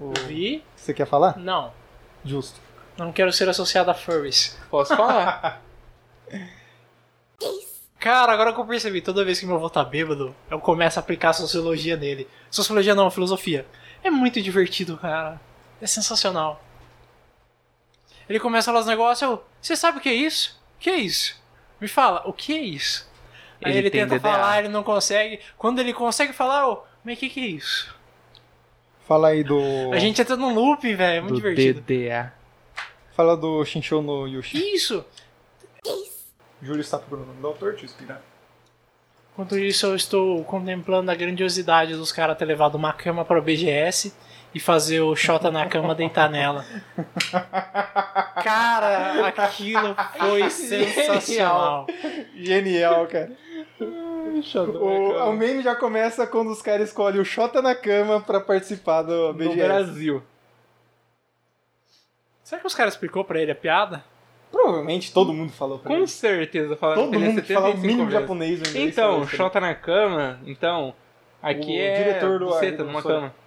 O- Vi? Você quer falar? Não. Justo. Não quero ser associado a furries. Posso falar? Cara, agora que eu percebi, toda vez que meu avô tá bêbado, eu começo a aplicar sociologia nele. Sociologia não, filosofia. É muito divertido, cara. É sensacional. Ele começa a falar os negócios, eu. Você sabe o que é isso? O que é isso? Me fala, o que é isso? Aí Ele ele tem tenta DDA. falar, ele não consegue. Quando ele consegue falar, eu. Mas o que, que é isso? Fala aí do. A gente entra num looping, velho. É muito do divertido. DDA. Fala do Shinshou no Yushi. Isso! Júlio está procurando o nome do autor, te inspirar. Enquanto isso, eu estou contemplando a grandiosidade dos caras ter levado uma cama para o BGS e fazer o Xota na cama deitar nela. Cara, aquilo foi sensacional. Genial, cara. é O, o Do meme já começa quando os caras escolhem o Xota na cama pra participar do BGS. Brasil. Será que os caras explicou para ele a piada? Provavelmente todo mundo falou pra Hum. Com ele. certeza, falaram Todo que ele é mundo que fala o 75 mínimo vezes. japonês ou inglês. Então, falou isso, né? Xota na cama, então. Aqui O é diretor do buceta Arco, numa professor. cama.